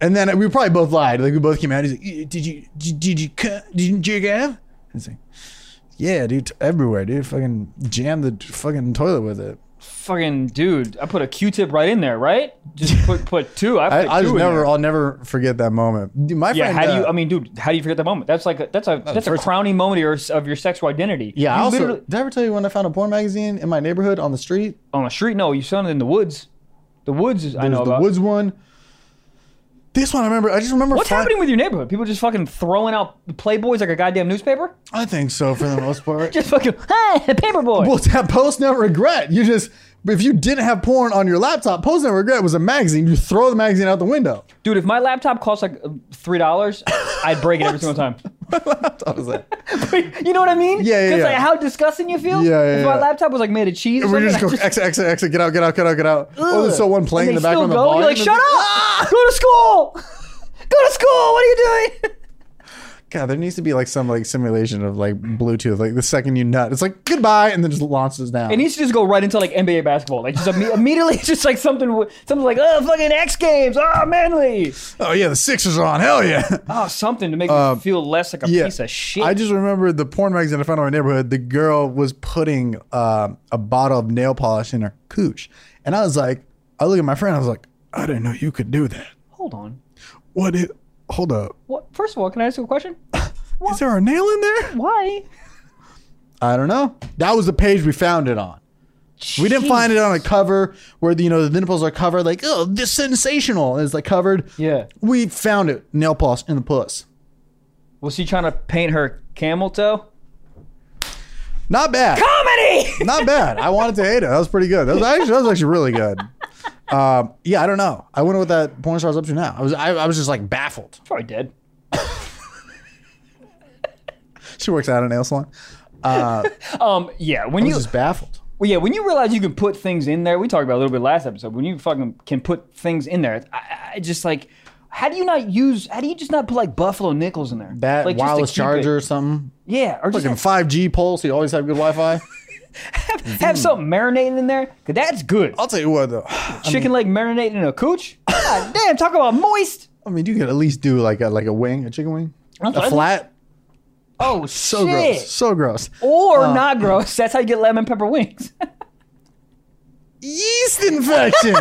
[SPEAKER 2] And then we probably both lied. Like we both came out. He's like, "Eh, "Did you did, did you cu- did you jerk off?" I was like, "Yeah, dude, t- everywhere, dude. Fucking jammed the t- fucking toilet with it.
[SPEAKER 3] Fucking dude, I put a Q-tip right in there, right? Just put put two. I,
[SPEAKER 2] I,
[SPEAKER 3] put
[SPEAKER 2] I
[SPEAKER 3] two
[SPEAKER 2] just
[SPEAKER 3] in
[SPEAKER 2] never,
[SPEAKER 3] there.
[SPEAKER 2] I'll never forget that moment. Dude, My
[SPEAKER 3] Yeah,
[SPEAKER 2] friend,
[SPEAKER 3] how do
[SPEAKER 2] uh,
[SPEAKER 3] you? I mean, dude, how do you forget that moment? That's like a, that's a that's a
[SPEAKER 2] first-
[SPEAKER 3] crowning moment of your, of your sexual identity.
[SPEAKER 2] Yeah, I
[SPEAKER 3] You
[SPEAKER 2] also
[SPEAKER 3] literally-
[SPEAKER 2] did I ever tell you when I found a porn magazine in my neighborhood on the street?
[SPEAKER 3] on the street. No, you saw it in the woods. The woods is I
[SPEAKER 2] There's
[SPEAKER 3] know
[SPEAKER 2] the
[SPEAKER 3] about.
[SPEAKER 2] woods one. This one I remember. I just remember.
[SPEAKER 3] What's
[SPEAKER 2] fi-
[SPEAKER 3] happening with your neighborhood? People just fucking throwing out Playboys like a goddamn newspaper.
[SPEAKER 2] I think so for the most part.
[SPEAKER 3] Just fucking hey, paperboy.
[SPEAKER 2] well, that post never regret. You just if you didn't have porn on your laptop, post never regret was a magazine. You throw the magazine out the window.
[SPEAKER 3] Dude, if my laptop costs like three dollars, I'd break it every single time.
[SPEAKER 2] I was like,
[SPEAKER 3] you know what I mean?
[SPEAKER 2] Yeah, yeah,
[SPEAKER 3] 'Cause,
[SPEAKER 2] yeah.
[SPEAKER 3] Like, how disgusting you feel?
[SPEAKER 2] Yeah, yeah,
[SPEAKER 3] If my
[SPEAKER 2] yeah.
[SPEAKER 3] laptop was like made of cheese, or
[SPEAKER 2] we
[SPEAKER 3] something,
[SPEAKER 2] just
[SPEAKER 3] I
[SPEAKER 2] go exit, exit, exit, get out, get out, get out, get out. Oh, there's still one playing in
[SPEAKER 3] and
[SPEAKER 2] the
[SPEAKER 3] they still
[SPEAKER 2] background. the
[SPEAKER 3] go,
[SPEAKER 2] volume
[SPEAKER 3] You're like,
[SPEAKER 2] is-
[SPEAKER 3] shut up!
[SPEAKER 2] Ah!
[SPEAKER 3] Go to school! go to school! What are you doing?
[SPEAKER 2] God, there needs to be like some like simulation of like Bluetooth. Like the second you nut, it's like goodbye, and then just launches down.
[SPEAKER 3] It needs to just go right into like NBA basketball. Like just imme- immediately, it's just like something, w- something like oh fucking X Games, oh manly,
[SPEAKER 2] oh yeah, the Sixers are on. Hell yeah.
[SPEAKER 3] oh something to make me feel less like a
[SPEAKER 2] yeah.
[SPEAKER 3] piece of shit.
[SPEAKER 2] I just remember the porn magazine I found in my neighborhood. The girl was putting um, a bottle of nail polish in her cooch, and I was like, I look at my friend. I was like, I didn't know you could do that.
[SPEAKER 3] Hold on.
[SPEAKER 2] What? It, hold up.
[SPEAKER 3] What? First of all, can I ask you a question?
[SPEAKER 2] Is there a nail in there?
[SPEAKER 3] Why?
[SPEAKER 2] I don't know. That was the page we found it on. We didn't find it on a cover where the, you know the nipples are covered. Like, oh, this sensational is like covered.
[SPEAKER 3] Yeah.
[SPEAKER 2] We found it nail polish in the puss.
[SPEAKER 3] Was she trying to paint her camel toe?
[SPEAKER 2] Not bad.
[SPEAKER 3] Comedy.
[SPEAKER 2] not bad. I wanted to hate it. That was pretty good. That was actually, that was actually really good. Um, yeah, I don't know. I wonder what that porn star's up to now. I was I, I was just like baffled.
[SPEAKER 3] Probably dead.
[SPEAKER 2] She works out at a nail salon.
[SPEAKER 3] Um, yeah. When
[SPEAKER 2] I
[SPEAKER 3] you
[SPEAKER 2] was just baffled.
[SPEAKER 3] Well, yeah, when you realize you can put things in there, we talked about it a little bit last episode. When you fucking can put things in there, I, I just like, how do you not use? How do you just not put like Buffalo nickels in there?
[SPEAKER 2] That
[SPEAKER 3] like, just to
[SPEAKER 2] wireless
[SPEAKER 3] keep
[SPEAKER 2] charger
[SPEAKER 3] it-
[SPEAKER 2] or something.
[SPEAKER 3] yeah, or just
[SPEAKER 2] Fucking
[SPEAKER 3] have,
[SPEAKER 2] five G pole, so you always have good Wi Fi.
[SPEAKER 3] have, have something marinating in there. 'cause that's good.
[SPEAKER 2] I'll tell you what though. I
[SPEAKER 3] Chicken leg marinating in a cooch. God damn, talk about moist.
[SPEAKER 2] mean, you could at least do like a like a wing, a chicken wing, a flat.
[SPEAKER 3] Oh,
[SPEAKER 2] So
[SPEAKER 3] shit.
[SPEAKER 2] gross. So gross.
[SPEAKER 3] Or not gross. That's how you get lemon pepper wings.
[SPEAKER 2] yeast infection.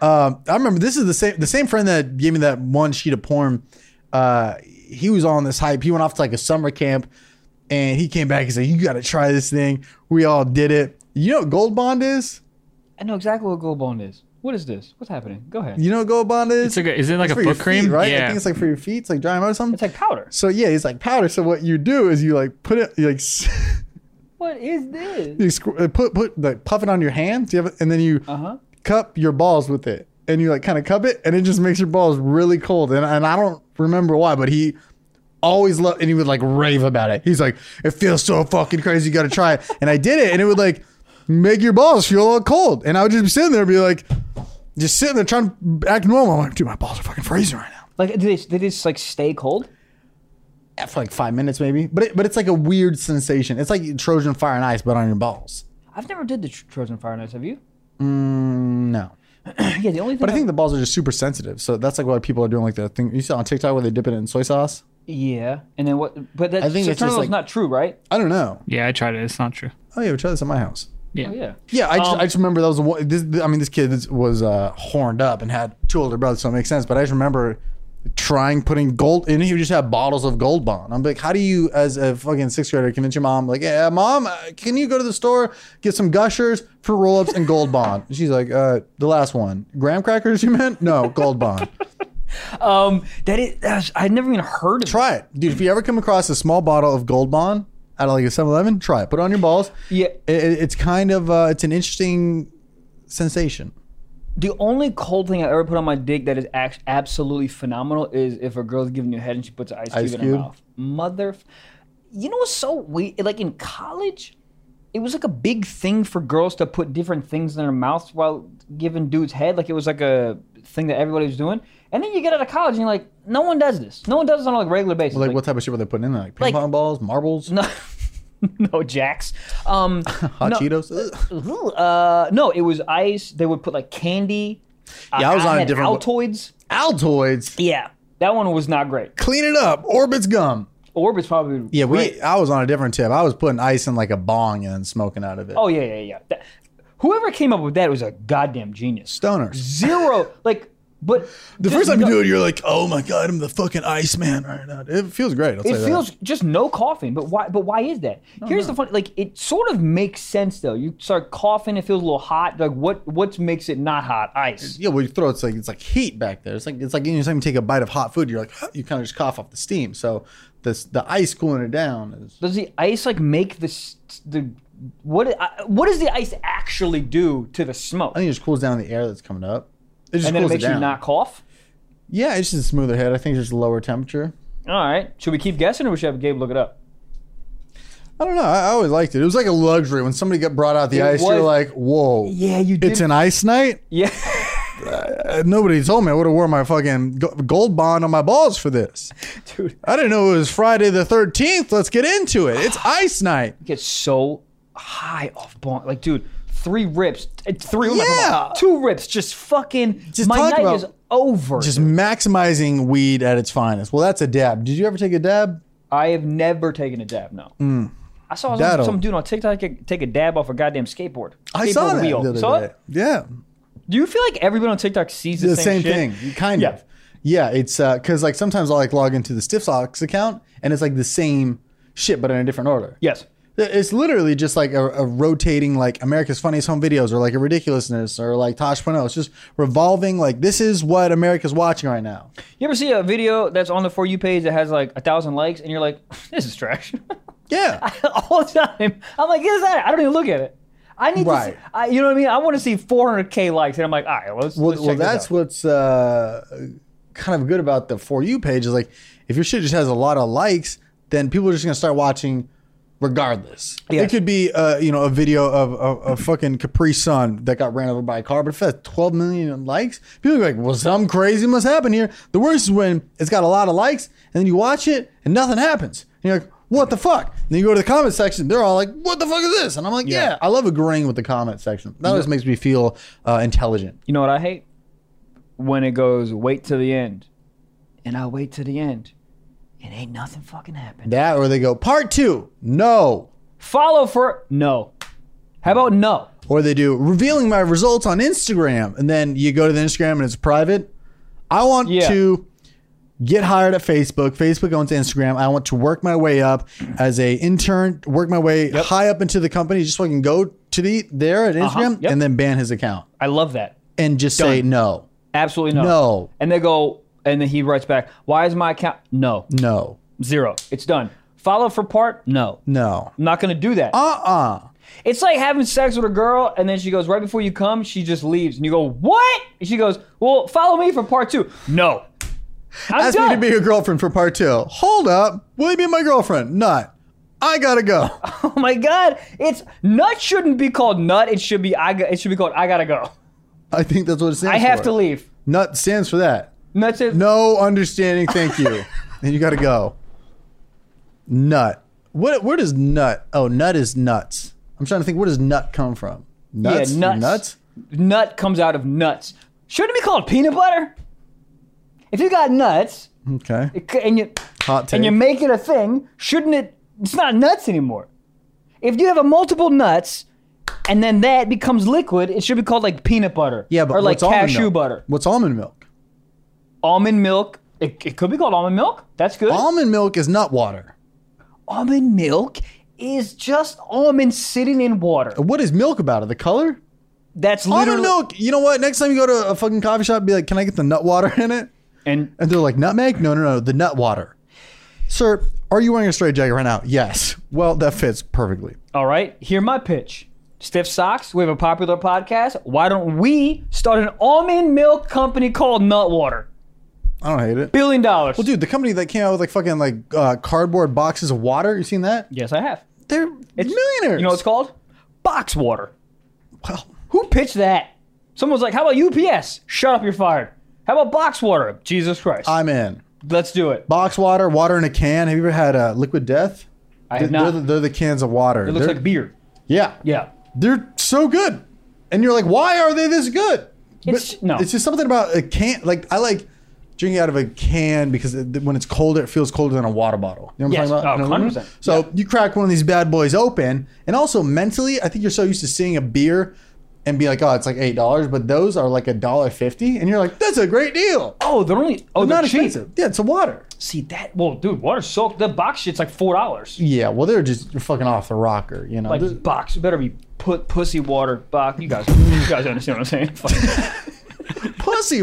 [SPEAKER 2] um, I remember this is the same the same friend that gave me that one sheet of porn. Uh, he was on this hype. He went off to like a summer camp, and he came back. He's like, "You got to try this thing." We all did it. You know what gold bond is?
[SPEAKER 3] I know exactly what gold bond is. What is this? What's happening? Go ahead.
[SPEAKER 2] You know what gold bond is?
[SPEAKER 4] It's like a, is it like
[SPEAKER 2] It's
[SPEAKER 4] a
[SPEAKER 2] for your
[SPEAKER 4] foot cream?
[SPEAKER 2] feet, right? I
[SPEAKER 4] Yeah.
[SPEAKER 2] think it's like for your feet. It's like dry them out or something.
[SPEAKER 3] It's like powder.
[SPEAKER 2] so yeah, it's like powder. So what you do is you like put it you like.
[SPEAKER 3] What is this?
[SPEAKER 2] you squ- uh, put put like puff it on your hands, you have, and then you
[SPEAKER 3] Uh-huh.
[SPEAKER 2] cup your balls with it, and you like kind of cup it, and it just makes your balls really cold. And and I don't remember why, but he always loved, and he would like rave about it. He's like, it feels so fucking crazy. You got to try it. And I did it, and it would like make your balls feel all cold. And I would just be sitting there, and be like, just sitting there trying to act normal. I'm like, dude, my balls are fucking freezing right now.
[SPEAKER 3] Like, do they, do they just like stay cold?
[SPEAKER 2] Yeah, For like five minutes, maybe, but it, but it's like a weird sensation. It's like Trojan fire and ice, but on your balls.
[SPEAKER 3] I've never did the Tr- Trojan Fire Nights. Have you?
[SPEAKER 2] Mm, No.
[SPEAKER 3] yeah, the only thing.
[SPEAKER 2] But I think the balls are just super sensitive. So that's like what people are doing, like the thing you saw on TikTok where they dip it in soy sauce.
[SPEAKER 3] yeah, and then what? But that I
[SPEAKER 2] I think
[SPEAKER 3] think
[SPEAKER 2] it's just like-
[SPEAKER 3] not true, right?
[SPEAKER 2] I don't know.
[SPEAKER 4] yeah, I tried it. It's not true. Um,
[SPEAKER 2] Oh yeah, we tried this at my house.
[SPEAKER 4] Yeah.
[SPEAKER 3] Oh, yeah.
[SPEAKER 2] Yeah, I just, I just remember that was the one. This, I mean, this kid is- was uh, horned up and had two older brothers, so it makes sense. But I just remember trying putting gold, and he would just have bottles of Gold Bond. I'm like, how do you, as a fucking sixth grader, convince your mom, like, yeah, mom, uh, can you go to the store get some Gushers, fruit roll ups, and Gold Bond? She's like, uh, the last one, graham crackers, you meant? No, Gold Bond.
[SPEAKER 3] Um, that is. that's- I'd never even heard of. it.
[SPEAKER 2] Try it, dude. If you ever come across a small bottle of Gold Bond, I don't like a 7-Eleven. Try it. Put it on your balls.
[SPEAKER 3] Yeah.
[SPEAKER 2] It, it- it's kind of uh, it's an interesting sensation.
[SPEAKER 3] The only cold thing I ever put on my dick that is act- absolutely phenomenal is if a girl's giving you head and she puts an ice cube
[SPEAKER 2] Ice
[SPEAKER 3] in her
[SPEAKER 2] cube?
[SPEAKER 3] mouth. Mother, f- you know what's so weird? Like in college, it was like a big thing for girls to put different things in their mouths while giving dudes head. Like it was like a thing that everybody was doing. And then you get out of college and you're like, no one does this. No one does this on a like, regular basis.
[SPEAKER 2] Like,
[SPEAKER 3] Like,
[SPEAKER 2] what type of shit were they putting in there? Like ping
[SPEAKER 3] Like-
[SPEAKER 2] pong balls, marbles,
[SPEAKER 3] No, no jacks. Um,
[SPEAKER 2] hot
[SPEAKER 3] no,
[SPEAKER 2] Cheetos. Ugh.
[SPEAKER 3] Uh, no, it was ice. They would put like candy.
[SPEAKER 2] Yeah, I was on a
[SPEAKER 3] had
[SPEAKER 2] different-
[SPEAKER 3] Altoids.
[SPEAKER 2] Altoids.
[SPEAKER 3] Yeah, that one was not great.
[SPEAKER 2] Clean it up. Orbit's gum.
[SPEAKER 3] Orbit's probably
[SPEAKER 2] Yeah, we.
[SPEAKER 3] great.
[SPEAKER 2] I was on a different tip. I was putting ice in like a bong and then smoking out of it.
[SPEAKER 3] Oh yeah, yeah, yeah. That- whoever came up with that was a goddamn genius.
[SPEAKER 2] Stoners.
[SPEAKER 3] Zero, like, but
[SPEAKER 2] The first time you do it, you're like, "Oh my god, I'm the fucking Iceman right now." It feels great. I'll tell
[SPEAKER 3] It
[SPEAKER 2] you that.
[SPEAKER 3] feels just no coughing, but why? But why is that? Here's the funny, like it sort of makes sense though. You start coughing, it feels a little hot. Like what? What makes it not hot? Ice.
[SPEAKER 2] Yeah, well, your throat's like it's like heat back there. It's like it's like anytime you take a bite of hot food, you're like you kind of just cough off the steam. So this the ice cooling it down is
[SPEAKER 3] Does the ice like make the s- the what? I- What does the ice actually do to the smoke?
[SPEAKER 2] I think it just cools down the air that's coming up. It just
[SPEAKER 3] and then it
[SPEAKER 2] cools it
[SPEAKER 3] makes
[SPEAKER 2] down.
[SPEAKER 3] you not cough.
[SPEAKER 2] yeah, it's just a smoother head. I think it's just lower temperature.
[SPEAKER 3] All right. Should we keep guessing, or we should have Gabe look it up?
[SPEAKER 2] I don't know. I, I always liked it. It was like a luxury when somebody got brought out the
[SPEAKER 3] It
[SPEAKER 2] ice.
[SPEAKER 3] was-
[SPEAKER 2] You're like, whoa.
[SPEAKER 3] Yeah, you did.
[SPEAKER 2] It's an ice night.
[SPEAKER 3] yeah.
[SPEAKER 2] Uh, nobody told me I would have wore my fucking go- gold bond on my balls for this.
[SPEAKER 3] Dude,
[SPEAKER 2] I didn't know it was Friday the thirteenth. Let's get into it. It's ice night.
[SPEAKER 3] I get so high off bong. Like, dude, three rips, uh, three. what am I talking about?
[SPEAKER 2] Yeah.
[SPEAKER 3] Two rips, just fucking.
[SPEAKER 2] Just
[SPEAKER 3] my
[SPEAKER 2] talk
[SPEAKER 3] night
[SPEAKER 2] about-
[SPEAKER 3] is over.
[SPEAKER 2] Just maximizing weed at its finest. Well, that's a dab. Did you ever take a dab?
[SPEAKER 3] I have never taken a dab. No. I saw some,
[SPEAKER 2] Mm. That'll-
[SPEAKER 3] some dude on TikTok get- take a dab off a goddamn skateboard.
[SPEAKER 2] I saw
[SPEAKER 3] skateboard
[SPEAKER 2] that
[SPEAKER 3] wheel.
[SPEAKER 2] the other
[SPEAKER 3] Saw
[SPEAKER 2] day.
[SPEAKER 3] it?
[SPEAKER 2] Yeah,
[SPEAKER 3] Do you feel like everyone on TikTok sees the,
[SPEAKER 2] the same,
[SPEAKER 3] shit?
[SPEAKER 2] thing, kind
[SPEAKER 3] Yeah.
[SPEAKER 2] of. Yeah, it's because like sometimes I'll like log into the Stiff Socks account and it's like the same shit but in a different order.
[SPEAKER 3] Yes.
[SPEAKER 2] It's literally just like a, a rotating like America's Funniest Home Videos or like a Ridiculousness or like Tosh It's just revolving like this is what America's watching right now.
[SPEAKER 3] You ever see a video that's on the For You page that has like a thousand likes, and you're like, "This is trash."
[SPEAKER 2] Yeah,
[SPEAKER 3] all the time. I'm like, is that? I don't even look at it. I need to,
[SPEAKER 2] Right.
[SPEAKER 3] see, I, you know what I mean? I want to see 400k likes, and I'm like, all right, let's.
[SPEAKER 2] well,
[SPEAKER 3] let's
[SPEAKER 2] well
[SPEAKER 3] check this
[SPEAKER 2] that's
[SPEAKER 3] out.
[SPEAKER 2] what's uh, kind of good about the for you page is like if your shit just has a lot of likes then people are just gonna start watching regardless
[SPEAKER 3] Yes.
[SPEAKER 2] it could be uh, you know a video of a, a fucking capri sun that got ran over by a car but if it has 12 million likes people are like well something crazy must happen here the worst is when it's got a lot of likes and then you watch it and nothing happens and you're like what the fuck? And then you go to the comment section. They're all like, "What the fuck is this?" And I'm like, "Yeah, I love agreeing with the comment section. That always makes me feel uh, intelligent."
[SPEAKER 3] You know what I hate? When it goes, wait till the end, and I wait till the end, and ain't nothing fucking happened.
[SPEAKER 2] That or they go part two, no.
[SPEAKER 3] Follow for no. How about no?
[SPEAKER 2] Or they do revealing my results on Instagram, and then you go to the Instagram and it's private. I want
[SPEAKER 3] Yeah.
[SPEAKER 2] to get hired at Facebook. Facebook owns Instagram. I want to work my way up as a intern, work my way high up into the company, just so I can go to the there at Instagram
[SPEAKER 3] Uh-huh. Yep.
[SPEAKER 2] and then ban his account
[SPEAKER 3] I love that.
[SPEAKER 2] and just say no,
[SPEAKER 3] Absolutely no.
[SPEAKER 2] no,
[SPEAKER 3] And they go, and then he writes back, why is my account? No,
[SPEAKER 2] no,
[SPEAKER 3] zero. It's done. Follow for part? No.
[SPEAKER 2] no.
[SPEAKER 3] I'm not gonna do that.
[SPEAKER 2] Uh-uh.
[SPEAKER 3] It's like having sex with a girl, and then she goes, right before you come, she just leaves. And you go, what? And she goes, well, follow me for part two. No. I'm
[SPEAKER 2] Ask
[SPEAKER 3] done.
[SPEAKER 2] me to be your girlfriend for part two. Hold up. Will you be my girlfriend? Not. I gotta go.
[SPEAKER 3] oh my God. It's nut shouldn't be called nut. It should be I go- it should be called I gotta go.
[SPEAKER 2] I think that's what it stands
[SPEAKER 3] I
[SPEAKER 2] for.
[SPEAKER 3] have to leave.
[SPEAKER 2] Nut stands for that.
[SPEAKER 3] Nuts is
[SPEAKER 2] No understanding, thank you. and you got to go. Nut. What? Where does nut? Oh, nut is nuts. I'm trying to think. Where does nut come from? Nuts.
[SPEAKER 3] Yeah, nuts.
[SPEAKER 2] Nuts.
[SPEAKER 3] nut comes out of nuts. Shouldn't it be called peanut butter? If you got nuts
[SPEAKER 2] Okay.
[SPEAKER 3] it c- and you
[SPEAKER 2] Hot take.
[SPEAKER 3] and you make it a thing, shouldn't it? It's not nuts anymore. If you have a multiple nuts, and then that becomes liquid, it should be called like peanut butter.
[SPEAKER 2] yeah, but
[SPEAKER 3] or like
[SPEAKER 2] what's almond
[SPEAKER 3] cashew
[SPEAKER 2] milk?
[SPEAKER 3] butter,
[SPEAKER 2] What's almond milk?
[SPEAKER 3] almond milk. It, it could be called almond milk. That's good.
[SPEAKER 2] Almond milk is nut water.
[SPEAKER 3] almond milk is just almond sitting in water.
[SPEAKER 2] What is milk about it? The color?
[SPEAKER 3] That's
[SPEAKER 2] Almond
[SPEAKER 3] literally
[SPEAKER 2] milk. You know what? Next time you go to a fucking coffee shop, be like, "Can I get the nut water in it?"
[SPEAKER 3] and
[SPEAKER 2] And they're like, "Nutmeg? No, no, no. The nut water." Sir, are you wearing a straight jacket right now? Yes. Well, that fits perfectly.
[SPEAKER 3] All right, hear my pitch. Stiff Socks, we have a popular podcast. Why don't we start an almond milk company called Nutwater?
[SPEAKER 2] I don't hate it.
[SPEAKER 3] Billion dollars.
[SPEAKER 2] Dude, the company that came out with like fucking like uh, cardboard boxes of water, you seen that?
[SPEAKER 3] yes, I have.
[SPEAKER 2] They're millionaires.
[SPEAKER 3] You know what it's called? Box water.
[SPEAKER 2] Well,
[SPEAKER 3] Who pitched that? Someone's like, how about UPS? Shut up, you're fired. How about box water? Jesus Christ.
[SPEAKER 2] I'm in.
[SPEAKER 3] Let's do it.
[SPEAKER 2] Box water, water in a can. Have you ever had uh, liquid death?
[SPEAKER 3] I have
[SPEAKER 2] They're-
[SPEAKER 3] not.
[SPEAKER 2] They're, the, they're the cans of water.
[SPEAKER 3] it looks
[SPEAKER 2] They're-
[SPEAKER 3] like beer.
[SPEAKER 2] yeah,
[SPEAKER 3] Yeah.
[SPEAKER 2] they're so good. And you're like, why are they this good?
[SPEAKER 3] It's- no.
[SPEAKER 2] It's just something about a can. Like I like drinking out of a can because it, when it's colder, it feels colder than a water bottle. You know what
[SPEAKER 3] Yes.
[SPEAKER 2] I'm talking about?
[SPEAKER 3] Oh,
[SPEAKER 2] You know what I mean?
[SPEAKER 3] 100%.
[SPEAKER 2] So you crack one of these bad boys open, and also mentally, I think you're so used to seeing a beer and be like, oh, it's like eight dollars, but those are like a dollar fifty, and you're like, that's a great deal.
[SPEAKER 3] Oh, they're only oh they're
[SPEAKER 2] Not
[SPEAKER 3] cheap.
[SPEAKER 2] expensive. Yeah, it's a water.
[SPEAKER 3] See that? Well, dude, water soaked. The box shit's like four dollars.
[SPEAKER 2] Yeah, well, they're just fucking off the rocker, you know.
[SPEAKER 3] Like
[SPEAKER 2] They're-
[SPEAKER 3] box better be put pussy water box. You guys, you guys understand what I'm saying? Fuck.
[SPEAKER 2] pussy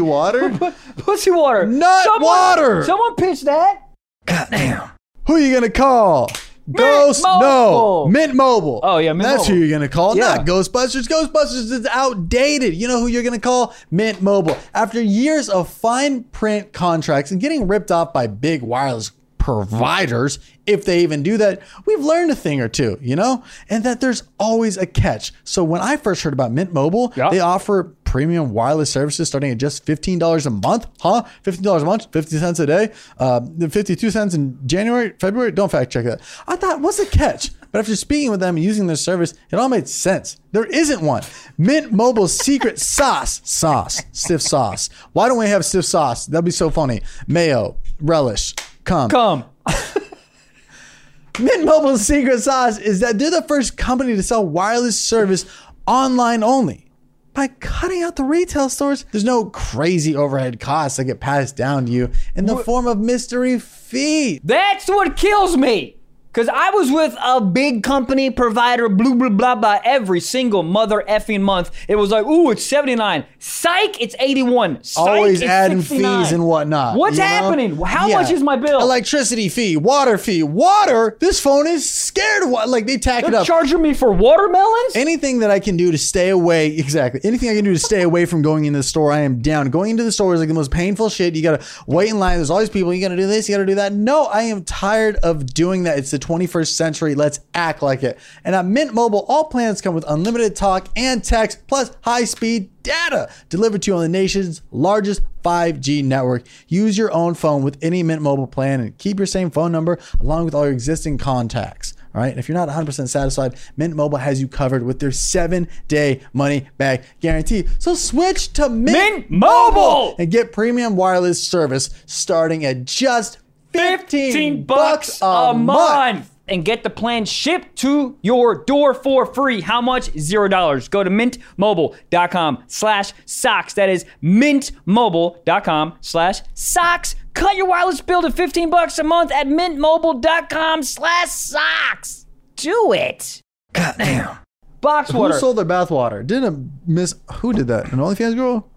[SPEAKER 2] water.
[SPEAKER 3] pussy water.
[SPEAKER 2] Nut
[SPEAKER 3] someone,
[SPEAKER 2] water!
[SPEAKER 3] Someone pitched that. Goddamn.
[SPEAKER 2] Who you gonna call? Ghost?
[SPEAKER 3] Mobile.
[SPEAKER 2] No, Mint Mobile.
[SPEAKER 3] Oh, yeah, Mint
[SPEAKER 2] that's who
[SPEAKER 3] Mobile.
[SPEAKER 2] you're gonna call.
[SPEAKER 3] Yeah.
[SPEAKER 2] Not Ghostbusters. Ghostbusters is outdated. You know who you're gonna call? Mint Mobile. After years of fine print contracts and getting ripped off by big wireless providers, if they even do that, we've learned a thing or two, you know, and that there's always a catch. So when I first heard about Mint Mobile,
[SPEAKER 3] Yeah.
[SPEAKER 2] they offer premium wireless services starting at just fifteen dollars a month, huh? Fifteen dollars a month, fifty cents a day, uh, fifty-two cents in January, February. Don't fact check that. I thought, what's the catch? But after speaking with them and using their service, it all made sense. There isn't one. Mint Mobile's secret sauce, sauce, stiff sauce. Why don't we have stiff sauce? That'd be so funny. Mayo, relish, come.
[SPEAKER 3] Come.
[SPEAKER 2] Mint Mobile's secret sauce is that they're the first company to sell wireless service online only. By cutting out the retail stores, there's no crazy overhead costs that get passed down to you in the form of mystery fees.
[SPEAKER 3] That's what kills me. Cause I was with a big company provider, blah blah blah blah, every single mother effing month. It was like, ooh, it's 79. Psych, it's 81. Psych,
[SPEAKER 2] Always
[SPEAKER 3] it's
[SPEAKER 2] adding
[SPEAKER 3] 69.
[SPEAKER 2] fees and whatnot.
[SPEAKER 3] What's
[SPEAKER 2] you know?
[SPEAKER 3] happening? How
[SPEAKER 2] Yeah.
[SPEAKER 3] much is my bill?
[SPEAKER 2] Electricity fee, water fee, water. This phone is scared of what? Like they tack it
[SPEAKER 3] They're
[SPEAKER 2] up.
[SPEAKER 3] charging me for watermelons?
[SPEAKER 2] anything that I can do to stay away, exactly. Anything I can do to stay away from going into the store, I am down. Going into the store is like the most painful shit. You gotta wait in line. There's all these people. You gotta do this. You gotta do that. No, I am tired of doing that. It's the 21st century. Let's act like it. And at Mint Mobile, all plans come with unlimited talk and text, plus high speed data delivered to you on the nation's largest 5G network. Use your own phone with any Mint Mobile plan and keep your same phone number along with all your existing contacts. All right. And if you're not 100% satisfied, Mint Mobile has you covered with their seven day money back guarantee. So switch to
[SPEAKER 3] Mint
[SPEAKER 2] Mint,
[SPEAKER 3] Mobile!
[SPEAKER 2] and get premium wireless service starting at just 15, bucks a, month.
[SPEAKER 3] And get the plan shipped to your door for free. How much? Zero dollars. Go to mintmobile.com slash socks. That is mintmobile.com slash socks. Cut your wireless bill to 15 bucks a month at mintmobile.com slash socks. Do it. Goddamn. Box
[SPEAKER 2] Who
[SPEAKER 3] water.
[SPEAKER 2] sold their bathwater? Didn't a miss who did that? An OnlyFans girl?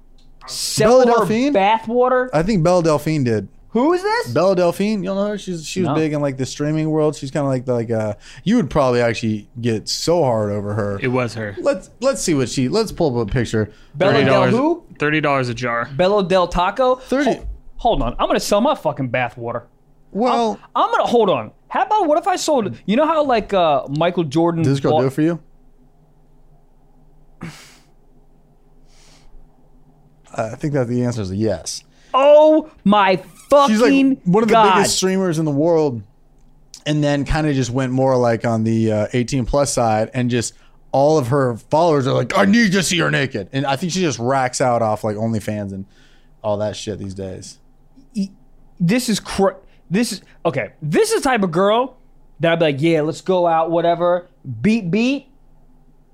[SPEAKER 3] Sell
[SPEAKER 2] Bella
[SPEAKER 3] her
[SPEAKER 2] Delphine?
[SPEAKER 3] Bath water.
[SPEAKER 2] I think Belle Delphine did.
[SPEAKER 3] Who is this?
[SPEAKER 2] Bella Delphine, you will know her. She's she was
[SPEAKER 3] No.
[SPEAKER 2] big in like the streaming world. She's kind of like like uh, you would probably actually get so hard over her.
[SPEAKER 4] It was her.
[SPEAKER 2] Let's let's see what she. Let's pull up a picture.
[SPEAKER 3] Bella Del who?
[SPEAKER 4] Thirty dollars a jar.
[SPEAKER 3] Bello Del Taco.
[SPEAKER 2] Thirty.
[SPEAKER 3] Ho- hold on, I'm gonna sell my fucking bathwater.
[SPEAKER 2] Well,
[SPEAKER 3] I'm gonna hold on. How about what if I sold? You know how like uh, Michael Jordan.
[SPEAKER 2] did this girl
[SPEAKER 3] bought-
[SPEAKER 2] do it for you? I think that the answer is a yes.
[SPEAKER 3] Oh my fucking
[SPEAKER 2] She's like one of the
[SPEAKER 3] god!
[SPEAKER 2] biggest streamers in the world, and then kind of just went more like on the uh, 18 plus side, and just all of her followers are like, "I need to see her naked," and I think she just racks out off like OnlyFans and all that shit these days.
[SPEAKER 3] this is cr- this is okay. This is the type of girl that I'd be like, yeah, let's go out, whatever, beat beat,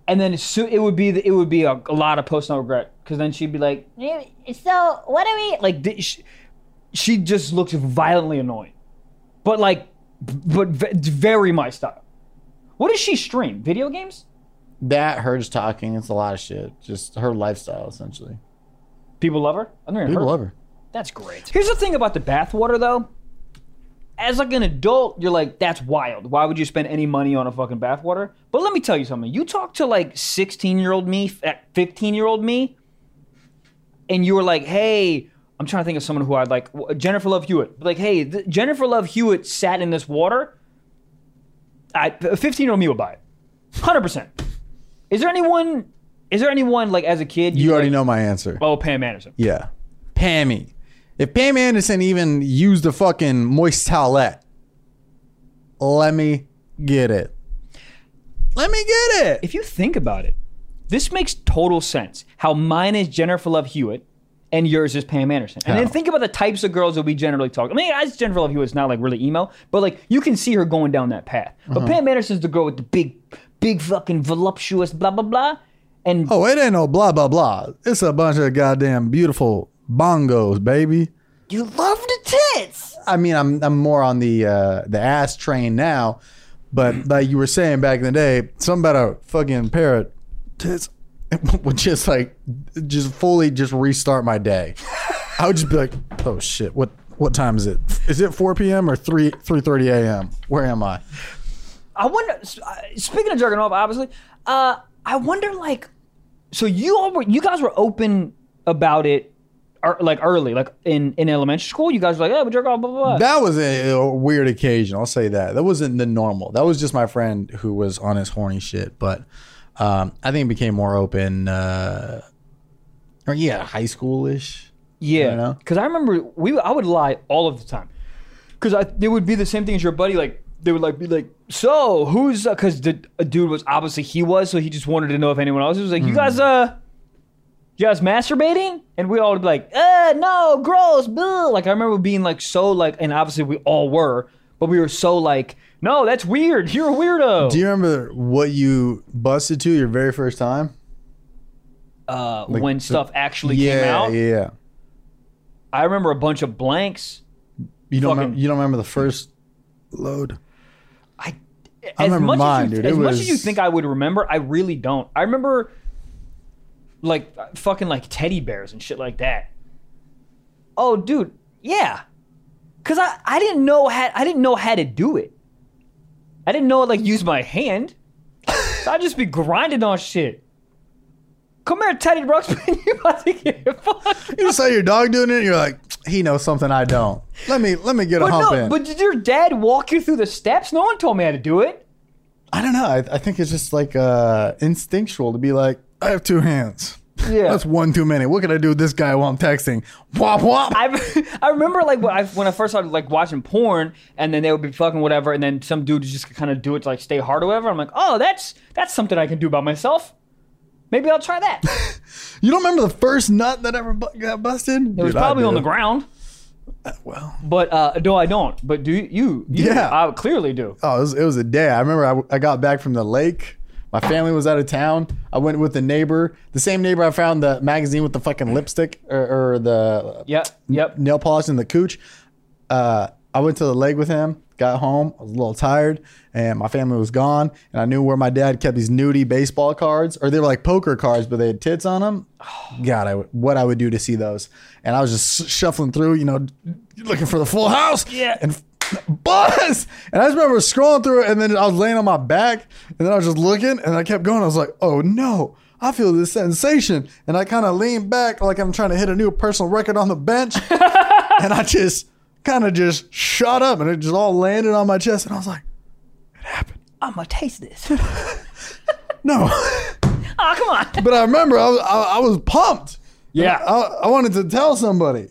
[SPEAKER 3] and then so, it would be the, it would be a, a lot of post no regret because then she'd be like, "Eh, so what are we like? di- She, she just looks violently annoying, but like, b- but ve- very my style. What does she stream? Video games?
[SPEAKER 2] That hers talking, it's a lot of shit. Just her lifestyle, essentially.
[SPEAKER 3] People love her. I don't even
[SPEAKER 2] People
[SPEAKER 3] heard-
[SPEAKER 2] love her.
[SPEAKER 3] That's great. Here's the thing about the bathwater, though. as like an adult, you're like, that's wild. Why would you spend any money on a fucking bathwater? But let me tell you something. You talk to like 16 year old me, 15 year old me, and you were like, hey, I'm trying to think of someone who I'd like, Jennifer Love Hewitt. Like, hey, th- Jennifer Love Hewitt sat in this water. I, a 15 year old me would buy it. 100%. Is there anyone, is there anyone like as a kid?
[SPEAKER 2] You
[SPEAKER 3] you're
[SPEAKER 2] already
[SPEAKER 3] like,
[SPEAKER 2] know my answer.
[SPEAKER 3] Oh, Pam Anderson.
[SPEAKER 2] Yeah. Pammy. If Pam Anderson even used a fucking moist towelette, let me get it. Let me get it.
[SPEAKER 3] if you think about it, this makes total sense. How mine is Jennifer Love Hewitt and yours is Pam Anderson. And then
[SPEAKER 2] How?
[SPEAKER 3] think about the types of girls that we generally talk. I mean, as Jennifer Love Hewitt's not like really emo, but like you can see her going down that path.
[SPEAKER 2] Uh-huh.
[SPEAKER 3] But Pam Anderson's the girl with the big, big fucking voluptuous blah blah blah. And
[SPEAKER 2] Oh, it ain't no blah blah blah. It's a bunch of goddamn beautiful bongos, baby.
[SPEAKER 1] You love the tits.
[SPEAKER 2] I mean, I'm I'm more on the uh, the ass train now, but like you were saying back in the day, something about a fucking pair of tits would just like just fully just restart my day. I would just be like, oh shit, what what time is it? Is it 4 p.m. or 3 3:30 a.m.? Where am I?
[SPEAKER 3] I wonder. s- uh, Speaking of jerking off, obviously, uh, I wonder like, so you all were, you guys were open about it, er, like early, like in in elementary school. You guys were like, yeah, we jerk off, blah blah. blah.
[SPEAKER 2] That was a, a weird occasion. I'll say that. That wasn't the normal. That was just my friend who was on his horny shit. But um, I think it became more open. Uh, or yeah, high schoolish. don't
[SPEAKER 3] Yeah,
[SPEAKER 2] know.
[SPEAKER 3] because I remember we I would lie all of the time, because I it would be the same thing as your buddy. Like they would like be like, so who's because the a dude was obviously he was, so he just wanted to know if anyone else was like,
[SPEAKER 2] Hmm.
[SPEAKER 3] you guys uh, you guys masturbating, and we all would be like, uh, no, gross, boo. Like I remember being like so like, and obviously we all were, but we were so like, no, that's weird. You're a weirdo.
[SPEAKER 2] Do you remember what you busted to your very first time?
[SPEAKER 3] uh, when stuff actually came
[SPEAKER 2] Yeah,
[SPEAKER 3] out,
[SPEAKER 2] yeah, yeah.
[SPEAKER 3] I remember a bunch of blanks.
[SPEAKER 2] You don't
[SPEAKER 3] Fucking-
[SPEAKER 2] remember, you don't remember the first load.
[SPEAKER 3] I, as
[SPEAKER 2] remember
[SPEAKER 3] much
[SPEAKER 2] mine,
[SPEAKER 3] as you,
[SPEAKER 2] dude.
[SPEAKER 3] As
[SPEAKER 2] It
[SPEAKER 3] much as you
[SPEAKER 2] was-
[SPEAKER 3] think I would remember, I really don't. I remember like fucking like teddy bears and shit like that. Oh, dude, yeah, because I I didn't know how I didn't know how to do it. I didn't know like use my hand. so I'd just be grinding on shit. Come here, Teddy Ruxpin. You about to get fucked.
[SPEAKER 2] You just saw your dog doing it. And you're like, he knows something I don't. Let me let me get a
[SPEAKER 3] But
[SPEAKER 2] hump
[SPEAKER 3] no,
[SPEAKER 2] in.
[SPEAKER 3] but did your dad walk you through the steps? No one told me how to do it.
[SPEAKER 2] I don't know. I, I think it's just like uh, instinctual to be like, I have two hands.
[SPEAKER 3] Yeah.
[SPEAKER 2] That's one too many. What can I do with this guy while I'm texting? Wop wop.
[SPEAKER 3] I, I remember like when I, when I first started like watching porn, and then they would be fucking whatever, and then some dude would just kind of do it to like stay hard or whatever. I'm like, oh, that's that's something I can do by myself. Maybe I'll try that. It
[SPEAKER 2] you don't remember the first nut that ever bu- got busted? It
[SPEAKER 3] was probably on the ground,
[SPEAKER 2] Well,
[SPEAKER 3] but uh, no, I don't. But do you? you you-
[SPEAKER 2] Yeah.
[SPEAKER 3] I clearly do.
[SPEAKER 2] oh, it was, it was a day. I remember I, w- I got back from the lake. My family was out of town. I went with a neighbor, the same neighbor I found the magazine with the fucking lipstick or, or the
[SPEAKER 3] Yep, yep.
[SPEAKER 2] nail polish in the cooch. Uh, I went to the lake with him, got home, I was a little tired, and my family was gone. And I knew where my dad kept these nudie baseball cards, or they were like poker cards, but they had tits on them. God, I w- what I would do to see those. And I was just shuffling through, you know, looking for the full house.
[SPEAKER 3] Yeah.
[SPEAKER 2] And buzz. And I just remember scrolling through it, and then I was laying on my back, and then I was just looking, and I kept going. I was like, oh no, I feel this sensation. And I kind of leaned back like I'm trying to hit a new personal record on the bench. and I just kind of just shot up, and it just all landed on my chest. And I was like,
[SPEAKER 3] I'm gonna taste this.
[SPEAKER 2] no.
[SPEAKER 3] oh, come on.
[SPEAKER 2] but I remember I was, I, I was pumped.
[SPEAKER 3] Yeah,
[SPEAKER 2] I, I wanted to tell somebody.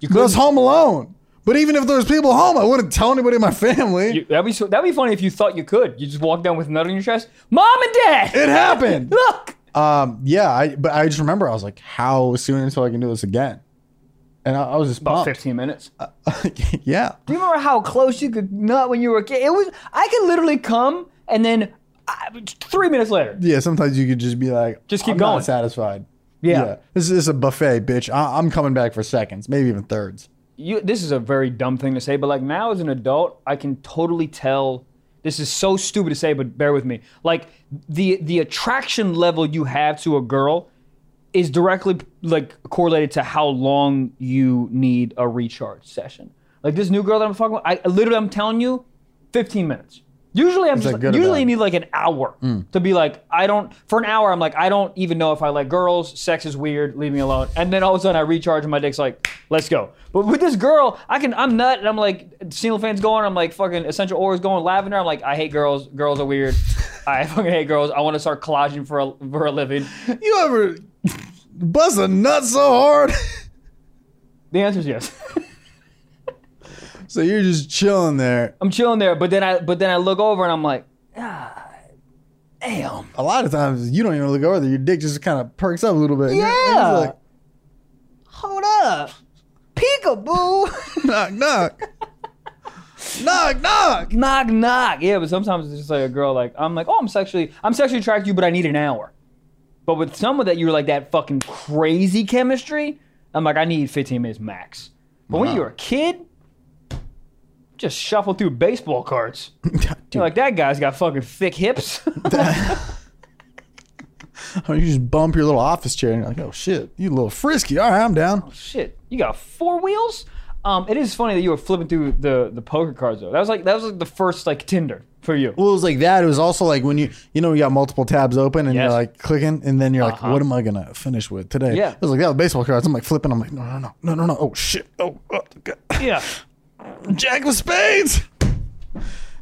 [SPEAKER 3] you
[SPEAKER 2] But I was
[SPEAKER 3] couldn't-
[SPEAKER 2] home alone. But even if there was people home, I wouldn't tell anybody in my family.
[SPEAKER 3] you- that'd be so, that'd be funny if you thought you could. You just walk down with a nut on your chest. Mom and dad,
[SPEAKER 2] it happened.
[SPEAKER 3] look.
[SPEAKER 2] Um, yeah, I but I just remember I was like, how soon until I can do this again? And I, I was just
[SPEAKER 3] About
[SPEAKER 2] pumped.
[SPEAKER 3] 15 minutes.
[SPEAKER 2] yeah,
[SPEAKER 3] Do you remember how close you could nut when you were a kid? It was I could literally come and then I, three minutes later.
[SPEAKER 2] yeah. Sometimes you could just be like,
[SPEAKER 3] Just keep
[SPEAKER 2] "I'm not
[SPEAKER 3] going."
[SPEAKER 2] satisfied.
[SPEAKER 3] Yeah.
[SPEAKER 2] this is, this is a buffet, bitch. I, I'm coming back for seconds, maybe even thirds.
[SPEAKER 3] You, this is a very dumb thing to say, but like now as an adult, I can totally tell. This is so stupid to say, but bear with me. Like the the attraction level you have to a girl is directly like correlated to how long you need a recharge session. Like this new girl that I'm fucking with, I literally I'm telling you, 15 minutes. Usually I'm just
[SPEAKER 2] that good or
[SPEAKER 3] usually
[SPEAKER 2] bad? Hmm.
[SPEAKER 3] I need like an hour to be like I don't for an hour I'm like I don't even know if I like girls. Sex is weird. Leave me alone. And then all of a sudden I recharge and my dick's like let's go. But with this girl I can I'm nut and I'm like single fans going. I'm like fucking essential oils going lavender. I'm like I hate girls. Girls are weird. I fucking hate girls. I want to start collaging for a, for a living.
[SPEAKER 2] You ever buzz a nut so hard?
[SPEAKER 3] The answer is yes.
[SPEAKER 2] so you're just chilling there.
[SPEAKER 3] I'm chilling there, but then I but then I look over and I'm like, ah, damn.
[SPEAKER 2] A lot of times you don't even look over there. Your dick just kind of perks up a little bit. And you're- and
[SPEAKER 3] Yeah.
[SPEAKER 2] it's
[SPEAKER 1] Hold up. Peekaboo.
[SPEAKER 2] like, knock, knock. knock, knock.
[SPEAKER 3] knock knock. Yeah, but sometimes it's just like a girl like I'm like, oh, I'm sexually I'm sexually attracted to you, but I need an hour. But with someone that you're like that fucking crazy chemistry, I'm like, I need 15 minutes max. But when
[SPEAKER 2] Wow.
[SPEAKER 3] you're a kid, just shuffle through baseball cards.
[SPEAKER 2] Dude,
[SPEAKER 3] You're like, that guy's got fucking thick hips.
[SPEAKER 2] or you just bump your little office chair and you're like, oh shit, you a little frisky. All right, I'm down.
[SPEAKER 3] shit, you got four wheels? Um, it is funny that you were flipping through the, the poker cards though. That was like that was like the first like Tinder for you.
[SPEAKER 2] Well, it was like that. It was also like when you, you know, you got multiple tabs open and you're
[SPEAKER 3] Yes. Uh-huh.
[SPEAKER 2] like clicking, and then you're like, what am I gonna finish with today?
[SPEAKER 3] Yeah.
[SPEAKER 2] It was like that with baseball cards. I'm like flipping. I'm like, no, no, no, no, no, no. Oh shit. Oh, oh God.
[SPEAKER 3] Yeah.
[SPEAKER 2] Jack of Spades.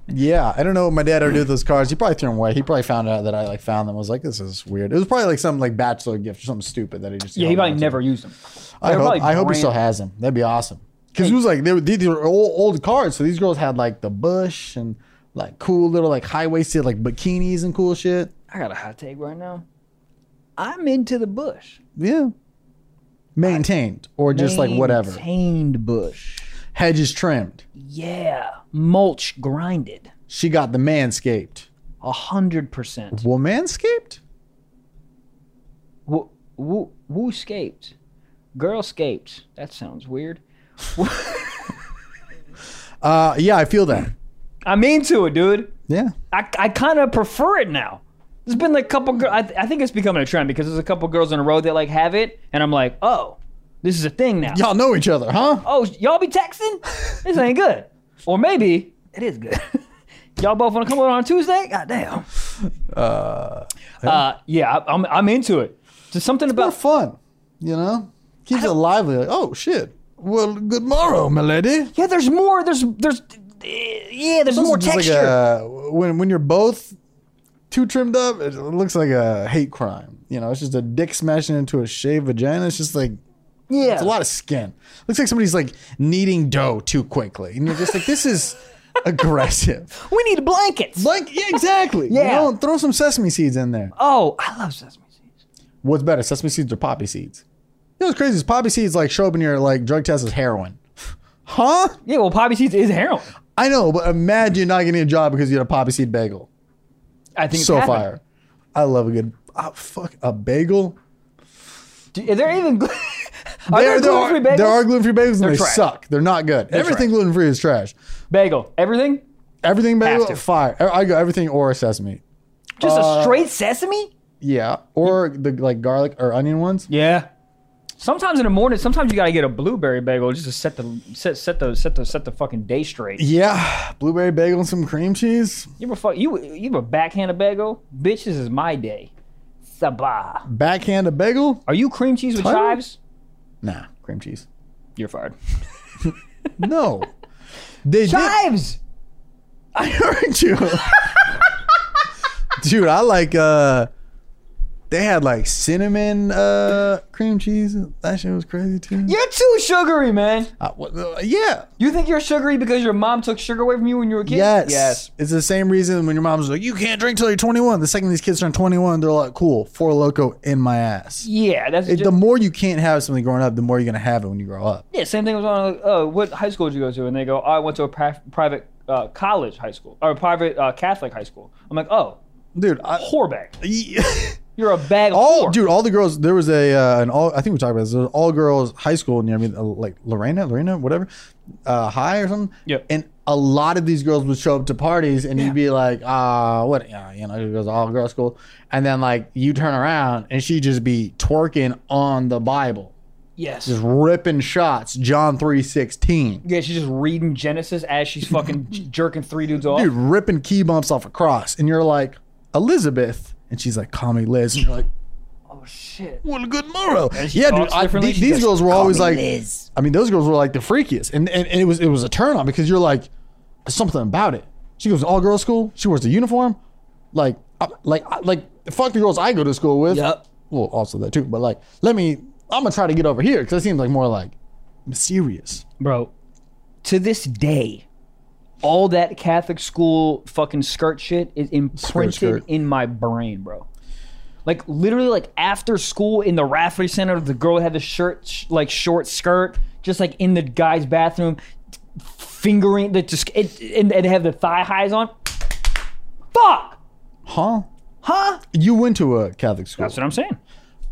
[SPEAKER 2] Yeah, I don't know what my dad ever did with those cards. He probably threw them away. He probably found out that I like found them. I was like, this is weird. It was probably like some like bachelor gift or something stupid that he just
[SPEAKER 3] Yeah, he
[SPEAKER 2] held
[SPEAKER 3] probably
[SPEAKER 2] on to.
[SPEAKER 3] never used them.
[SPEAKER 2] I
[SPEAKER 3] They're
[SPEAKER 2] hope,
[SPEAKER 3] probably
[SPEAKER 2] I hope he
[SPEAKER 3] brand-
[SPEAKER 2] still has them. That'd be awesome. Because it was like they were these were old, old cards. So these girls had like the bush and like cool little like high waisted like bikinis and cool shit.
[SPEAKER 3] I got a hot take right now. I'm into the bush.
[SPEAKER 2] Yeah. Maintained or just like whatever.
[SPEAKER 3] Maintained bush.
[SPEAKER 2] Hedges trimmed.
[SPEAKER 3] Yeah. Mulch grinded.
[SPEAKER 2] She got the manscaped.
[SPEAKER 3] A hundred percent.
[SPEAKER 2] Well, manscaped?
[SPEAKER 3] Woo woo woo scaped. Girl scaped. That sounds weird.
[SPEAKER 2] Uh, yeah, I feel that.
[SPEAKER 3] I'm into it, dude.
[SPEAKER 2] Yeah.
[SPEAKER 3] I, I kind of prefer it now. There's been like a couple girls. I, I think it's becoming a trend because there's a couple girls in a row that like have it, and I'm like, oh, this is a thing now.
[SPEAKER 2] Y'all know each other, huh?
[SPEAKER 3] oh, y'all be texting? This ain't good. Or maybe it is good. y'all both want to come over on Tuesday? God damn. Uh, yeah, I, I'm, I'm into it. Just something
[SPEAKER 2] More
[SPEAKER 3] about
[SPEAKER 2] fun, you know? Keeps it lively. Like, oh, shit. Well, good morrow, my lady.
[SPEAKER 3] yeah. There's more. There's there's uh, yeah. There's more
[SPEAKER 2] It's just like
[SPEAKER 3] texture.
[SPEAKER 2] a- when when you're both too trimmed up, it looks like a hate crime. You know, it's just a dick smashing into a shaved vagina. It's just like
[SPEAKER 3] yeah.
[SPEAKER 2] it's a lot of skin. Looks like somebody's like kneading dough too quickly, and you're just like, this is aggressive.
[SPEAKER 3] we need blankets.
[SPEAKER 2] Like, yeah, exactly.
[SPEAKER 3] Yeah.
[SPEAKER 2] You know, throw some sesame seeds in there.
[SPEAKER 3] oh, I love sesame seeds.
[SPEAKER 2] What's better, sesame seeds or poppy seeds? You know what's crazy is poppy seeds like show up in your like drug test as heroin. Huh?
[SPEAKER 3] Yeah. Well, poppy seeds is heroin.
[SPEAKER 2] I know, but imagine not getting a job because you had a poppy seed bagel.
[SPEAKER 3] I think it's
[SPEAKER 2] so
[SPEAKER 3] happening.
[SPEAKER 2] fire. I love a good oh, fuck a bagel.
[SPEAKER 3] Do, are there even glu- are there,
[SPEAKER 2] There- there
[SPEAKER 3] gluten free
[SPEAKER 2] are,
[SPEAKER 3] bagels?
[SPEAKER 2] there are gluten free bagels and they
[SPEAKER 3] trash.
[SPEAKER 2] suck. They're not good. everything
[SPEAKER 3] trash.
[SPEAKER 2] gluten free is trash.
[SPEAKER 3] bagel. Everything.
[SPEAKER 2] Everything bagel
[SPEAKER 3] to.
[SPEAKER 2] fire. I I go everything or sesame.
[SPEAKER 3] Just
[SPEAKER 2] Uh,
[SPEAKER 3] a straight sesame.
[SPEAKER 2] Yeah, or the like garlic or onion ones.
[SPEAKER 3] Yeah. Sometimes in the morning, sometimes you gotta get a blueberry bagel just to set the set set the set the set the fucking day straight.
[SPEAKER 2] Yeah, blueberry bagel and some cream cheese.
[SPEAKER 3] You ever fuck you you ever backhand a bagel? Bitch, this is my day. Sabah.
[SPEAKER 2] Backhand a bagel?
[SPEAKER 3] Are you cream cheese with
[SPEAKER 2] Tyler?
[SPEAKER 3] chives?
[SPEAKER 2] Nah, cream cheese.
[SPEAKER 3] You're fired.
[SPEAKER 2] No, they did.
[SPEAKER 3] Chives.
[SPEAKER 2] I heard you, dude. I like. uh They had like cinnamon uh cream cheese. That shit was crazy too.
[SPEAKER 3] You're too sugary, man.
[SPEAKER 2] Uh, what, uh, yeah.
[SPEAKER 3] You think you're sugary because your mom took sugar away from you when you were a kid?
[SPEAKER 2] Yes.
[SPEAKER 3] Yes.
[SPEAKER 2] It's the same reason when your mom's like, you can't drink till you're 21. The second these kids turn 21, they're like, cool, four loco in my ass.
[SPEAKER 3] Yeah, that's
[SPEAKER 2] It-
[SPEAKER 3] just,
[SPEAKER 2] the more you can't have something growing up, the more you're going to have it when you grow up.
[SPEAKER 3] Yeah, same thing was on. Uh, what high school did you go to? And they go, oh, I went to a pri- private uh, college high school or a private uh, Catholic high school. I'm like, oh,
[SPEAKER 2] Dude, I.
[SPEAKER 3] whore bag. You're a bag. Of
[SPEAKER 2] All
[SPEAKER 3] whore.
[SPEAKER 2] Oh, dude, all the girls. There was a uh, an all. I think we talked about this. There was all girls high school. You know, what I mean, uh, like Lorena, Lorena, whatever, uh, high or something.
[SPEAKER 3] Yep.
[SPEAKER 2] And a lot of these girls would show up to parties, and you'd be like, ah, what? Uh, you know, it was all girl school. And then like you turn around, and she'd just be twerking on the Bible.
[SPEAKER 3] Yes.
[SPEAKER 2] just ripping shots. John three sixteen,
[SPEAKER 3] yeah, she's just reading Genesis as she's fucking j- jerking three dudes off.
[SPEAKER 2] dude, ripping key bumps off a cross, and you're like Elizabeth, and she's like, "Call me Liz," and you're like,
[SPEAKER 3] Oh shit.
[SPEAKER 2] "What a good morrow."
[SPEAKER 3] she
[SPEAKER 2] Yeah, dude,
[SPEAKER 3] talks
[SPEAKER 2] I,
[SPEAKER 3] differently.
[SPEAKER 2] th-
[SPEAKER 3] She
[SPEAKER 2] these
[SPEAKER 3] goes,
[SPEAKER 2] girls were always
[SPEAKER 1] me
[SPEAKER 2] like,
[SPEAKER 1] Liz.
[SPEAKER 2] I mean, those girls were like the freakiest, and, and and it was it was a turn on because you're like, there's something about it. She goes to all girls school. She wears the uniform, like I, like I, like fuck the girls I go to school with.
[SPEAKER 3] Yep.
[SPEAKER 2] Well, also that too, but like, let me. I'm gonna try to get over here because it seems like more like mysterious.
[SPEAKER 3] Bro, to this day, all that Catholic school fucking skirt shit is imprinted
[SPEAKER 2] skirt.
[SPEAKER 3] in my brain, bro. Like literally, like after school in the Rafferty Center, the girl had the shirt sh- like short skirt, just like in the guy's bathroom, t- fingering the just it, and, and they have the thigh highs on. Fuck,
[SPEAKER 2] Huh?
[SPEAKER 3] huh?
[SPEAKER 2] You went to a Catholic school.
[SPEAKER 3] That's what I'm saying.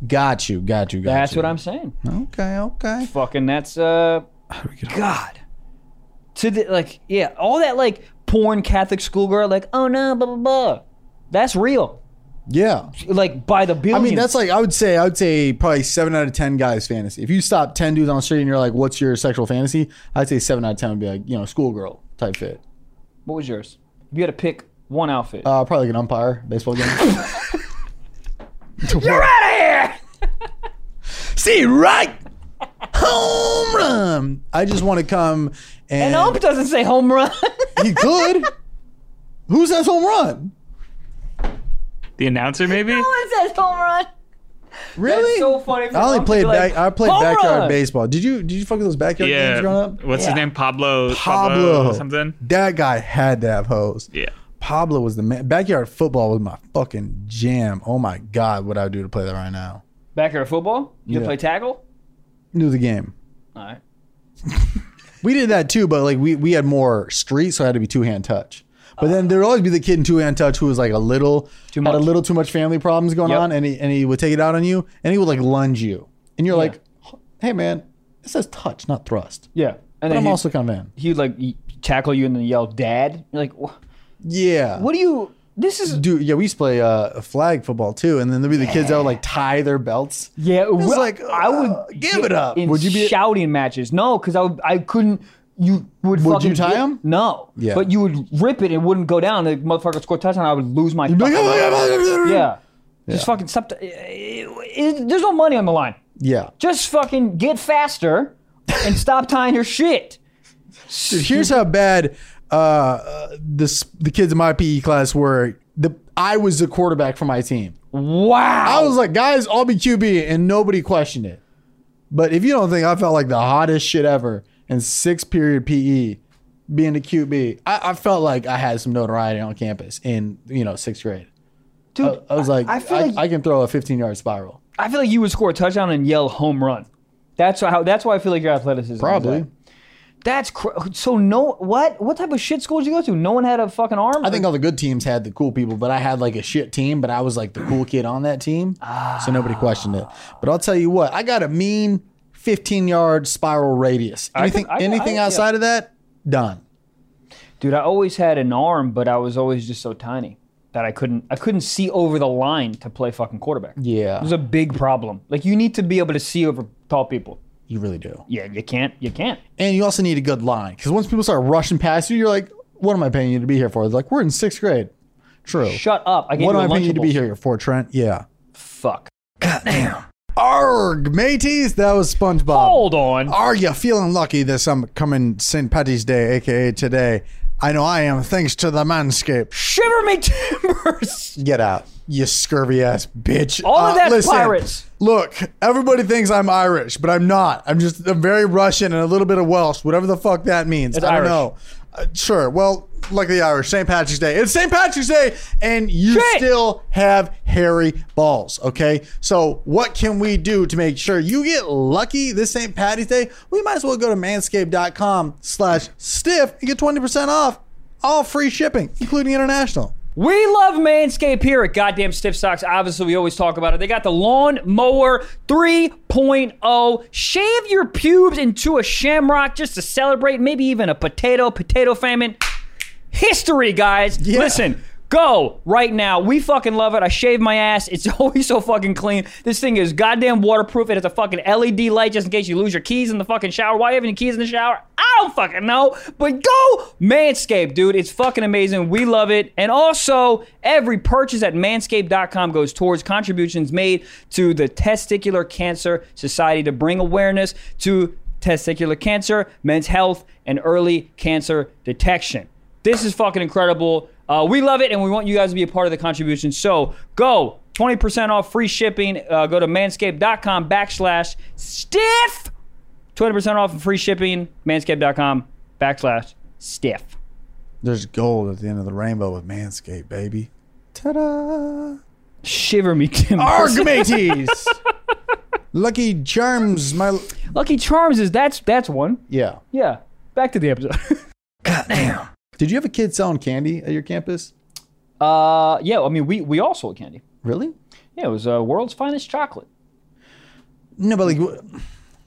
[SPEAKER 2] got you. Got you. Got
[SPEAKER 3] That's
[SPEAKER 2] you.
[SPEAKER 3] what I'm saying.
[SPEAKER 2] Okay. Okay.
[SPEAKER 3] fucking that's uh god to the like yeah all that like porn catholic schoolgirl like oh no blah blah blah that's real
[SPEAKER 2] Yeah.
[SPEAKER 3] like by the
[SPEAKER 2] I
[SPEAKER 3] billions
[SPEAKER 2] mean, that's like I would say. I would say probably seven out of ten guys' fantasy. If you stop ten dudes on the street and you're like, "What's your sexual fantasy?" I'd say seven out of ten would be like, you know, schoolgirl type fit.
[SPEAKER 3] what was yours if you had to pick one outfit
[SPEAKER 2] Uh, probably like an umpire baseball game.
[SPEAKER 3] you're out of here
[SPEAKER 2] See right, home run. I just want to come and,
[SPEAKER 3] and ump doesn't say home run
[SPEAKER 2] he could. Who says home run?
[SPEAKER 4] The announcer, maybe?
[SPEAKER 1] One says home run.
[SPEAKER 2] Really?
[SPEAKER 3] so funny if
[SPEAKER 2] I only
[SPEAKER 3] ump
[SPEAKER 2] played
[SPEAKER 3] be like,
[SPEAKER 2] back. I played
[SPEAKER 3] "Home
[SPEAKER 2] backyard
[SPEAKER 3] run!"
[SPEAKER 2] baseball. Did you? Did you fuck with those backyard games growing
[SPEAKER 4] Yeah.
[SPEAKER 2] up?
[SPEAKER 4] What's
[SPEAKER 3] Yeah.
[SPEAKER 4] his name? Pablo.
[SPEAKER 2] Pablo.
[SPEAKER 4] something.
[SPEAKER 2] That guy had to have hose.
[SPEAKER 4] Yeah.
[SPEAKER 2] Pablo was the man. Backyard football was my fucking jam. Oh my god, what I would do to play that right now.
[SPEAKER 3] backyard football you
[SPEAKER 2] Yeah.
[SPEAKER 3] play tackle
[SPEAKER 2] Knew the game.
[SPEAKER 3] all right
[SPEAKER 2] We did that too, but like we we had more street, so it had to be two hand touch. But then there'd always be the kid in two hand touch who was like a little too had a
[SPEAKER 3] much.
[SPEAKER 2] little too much family problems going
[SPEAKER 3] Yep.
[SPEAKER 2] on, and he and he would take it out on you, and he would like lunge you, and you're like, hey man, it says touch, not thrust.
[SPEAKER 3] yeah and
[SPEAKER 2] But
[SPEAKER 3] then
[SPEAKER 2] I'm
[SPEAKER 3] he,
[SPEAKER 2] also kind of in.
[SPEAKER 3] he'd like y- tackle you and then yell dad you're like "Wha-
[SPEAKER 2] Yeah.
[SPEAKER 3] what do you this is
[SPEAKER 2] Dude, yeah, we used to play uh, flag football too, and then there'd be the kids that would like tie their belts.
[SPEAKER 3] Yeah, it
[SPEAKER 2] was like,
[SPEAKER 3] I
[SPEAKER 2] uh,
[SPEAKER 3] would
[SPEAKER 2] give it up.
[SPEAKER 3] In
[SPEAKER 2] Would you be-
[SPEAKER 3] shouting matches? No, because I would, I couldn't. You would.
[SPEAKER 2] Would
[SPEAKER 3] fucking
[SPEAKER 2] you tie
[SPEAKER 3] rip-
[SPEAKER 2] 'em?
[SPEAKER 3] No.
[SPEAKER 2] Yeah.
[SPEAKER 3] But you would rip it. It wouldn't go down. The motherfucker scored a touchdown. I would lose my.
[SPEAKER 2] Like, "Oh,
[SPEAKER 3] fucking- yeah.
[SPEAKER 2] yeah.
[SPEAKER 3] Just fucking stop. t- it- it- there's no money on the line.
[SPEAKER 2] Yeah.
[SPEAKER 3] Just fucking get faster and stop tying your shit.
[SPEAKER 2] Here's how bad uh, uh, this the kids in my PE class were. The I was the quarterback for my team. I
[SPEAKER 3] Wow.
[SPEAKER 2] was like, guys, I'll be QB, and nobody questioned it. But if you don't think I felt like the hottest shit ever in six period PE, being a QB, I, I felt like I had some notoriety on campus in you know sixth grade.
[SPEAKER 3] Dude,
[SPEAKER 2] I, I was like, I,
[SPEAKER 3] I feel like-
[SPEAKER 2] I can throw a 15 yard spiral.
[SPEAKER 3] I feel like you would score a touchdown and yell home run. That's how. That's why I feel like your athleticism. is
[SPEAKER 2] Probably.
[SPEAKER 3] at. That's cr- so. No, what? What type of shit school did you go to? No one had a fucking arm.
[SPEAKER 2] I think all the good teams had the cool people, but I had like a shit team, but I was like the cool kid on that team. So nobody questioned it. But I'll tell you what, I got a mean 15 yard spiral radius. Anything
[SPEAKER 3] I- I-
[SPEAKER 2] anything
[SPEAKER 3] yeah.
[SPEAKER 2] outside of that, done.
[SPEAKER 3] dude. I always had an arm, but I was always just so tiny that I couldn't. I couldn't see over the line to play fucking quarterback. it
[SPEAKER 2] Yeah.
[SPEAKER 3] was a big problem. Like you need to be able to see over tall people.
[SPEAKER 2] You really do.
[SPEAKER 3] Yeah, you can't. You can't.
[SPEAKER 2] And you also need a good line because once people start rushing past you, you're like, what am I paying you to be here for? They're like, we're in sixth grade. True.
[SPEAKER 3] Shut up. I gave
[SPEAKER 2] what
[SPEAKER 3] you
[SPEAKER 2] am
[SPEAKER 3] a
[SPEAKER 2] I paying you to be
[SPEAKER 3] Lunchable.
[SPEAKER 2] here for, Trent? Yeah.
[SPEAKER 3] Fuck.
[SPEAKER 2] Arg, mateys. That was SpongeBob.
[SPEAKER 3] Hold on.
[SPEAKER 2] Are you feeling lucky this um, coming St. Patty's Day, aka today? I know I am, thanks to the Manscaped.
[SPEAKER 3] Shiver me timbers.
[SPEAKER 2] Get out, you scurvy ass bitch. Uh,
[SPEAKER 3] All of that's pirates.
[SPEAKER 2] Look, everybody thinks I'm Irish, but I'm not. I'm just I'm very Russian and a little bit of Welsh, whatever the fuck that means. I don't
[SPEAKER 3] Irish.
[SPEAKER 2] know. Uh, sure. Well, like the Irish, St. Patrick's Day. It's St. Patrick's Day, and you
[SPEAKER 3] Shit.
[SPEAKER 2] still have hairy balls. Okay. So what can we do to make sure you get lucky this St. Patty's Day? We might as well go to manscaped.com slash stiff and get 20% off all free shipping, including international.
[SPEAKER 3] We love Manscaped here at Goddamn Stiff Socks. Obviously, we always talk about it. They got the Lawn Mower 3.0. Shave your pubes into a shamrock just to celebrate, maybe even a potato, potato famine. History, guys. Listen, Go right now. We fucking love it. I shave my ass. It's always so fucking clean. This thing is goddamn waterproof. It has a fucking LED light just in case you lose your keys in the fucking shower. Why have any keys in the shower? I don't fucking know. But go Manscaped, dude. It's fucking amazing. We love it. And also, every purchase at manscaped.com goes towards contributions made to the Testicular Cancer Society to bring awareness to testicular cancer, men's health, and early cancer detection. This is fucking incredible. Uh, we love it, and we want you guys to be a part of the contribution. So go 20% off free shipping. Uh, go to manscaped.com backslash stiff. 20% off and free shipping. Manscaped.com backslash stiff.
[SPEAKER 2] There's gold at the end of the rainbow with Manscaped, baby. Ta-da!
[SPEAKER 3] Shiver me timbers.
[SPEAKER 2] Argmates! Lucky charms, my
[SPEAKER 3] Lucky Charms is that's that's one.
[SPEAKER 2] yeah.
[SPEAKER 3] Yeah. Back to the episode.
[SPEAKER 2] Did you have a kid selling candy at your campus?
[SPEAKER 3] uh, yeah. I mean, we we all sold candy.
[SPEAKER 2] Really?
[SPEAKER 3] Yeah, it was uh, world's finest chocolate.
[SPEAKER 2] No, but like, w-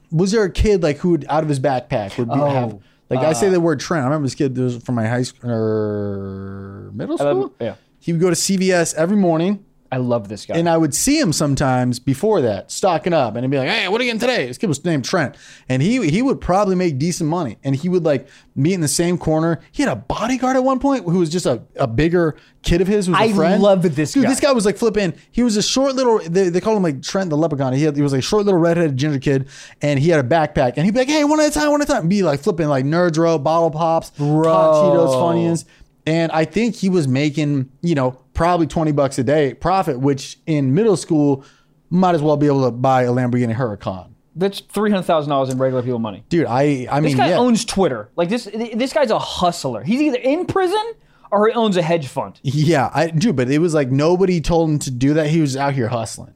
[SPEAKER 2] was there a kid like who would, out of his backpack would be,
[SPEAKER 3] Oh,
[SPEAKER 2] have like I say the word trend. I remember this kid that was from my high school or middle
[SPEAKER 3] I
[SPEAKER 2] school.
[SPEAKER 3] love, Um, yeah,
[SPEAKER 2] He would go to CVS every morning,
[SPEAKER 3] I love this guy.
[SPEAKER 2] and I would see him sometimes before that stocking up, and I'd be like, "Hey, what are you getting today?" This kid was named Trent, and he he would probably make decent money, and he would like meet in the same corner. He had a bodyguard at one point who was just a, a bigger kid of his. Who was a
[SPEAKER 3] I
[SPEAKER 2] friend.
[SPEAKER 3] loved this
[SPEAKER 2] Dude,
[SPEAKER 3] guy.
[SPEAKER 2] This guy was like flipping. He was a short little. They, they called him like Trent the Leprechaun. He, had, he was like short little redheaded ginger kid, and he had a backpack, and he'd be like, "Hey, one at a time, one at a time." And be like flipping like Nerds Row, bottle pops, hot Cheetos, Funyuns. And I think he was making, you know, probably 20 bucks a day profit, which in middle school might as well be able to buy a Lamborghini Huracan.
[SPEAKER 3] That's three hundred thousand dollars in regular people money.
[SPEAKER 2] Dude, I I
[SPEAKER 3] This
[SPEAKER 2] mean,
[SPEAKER 3] guy
[SPEAKER 2] yeah,
[SPEAKER 3] owns Twitter. Like this, this guy's a hustler. He's either in prison or he owns a hedge fund.
[SPEAKER 2] yeah, I do, but it was like nobody told him to do that. He was out here hustling.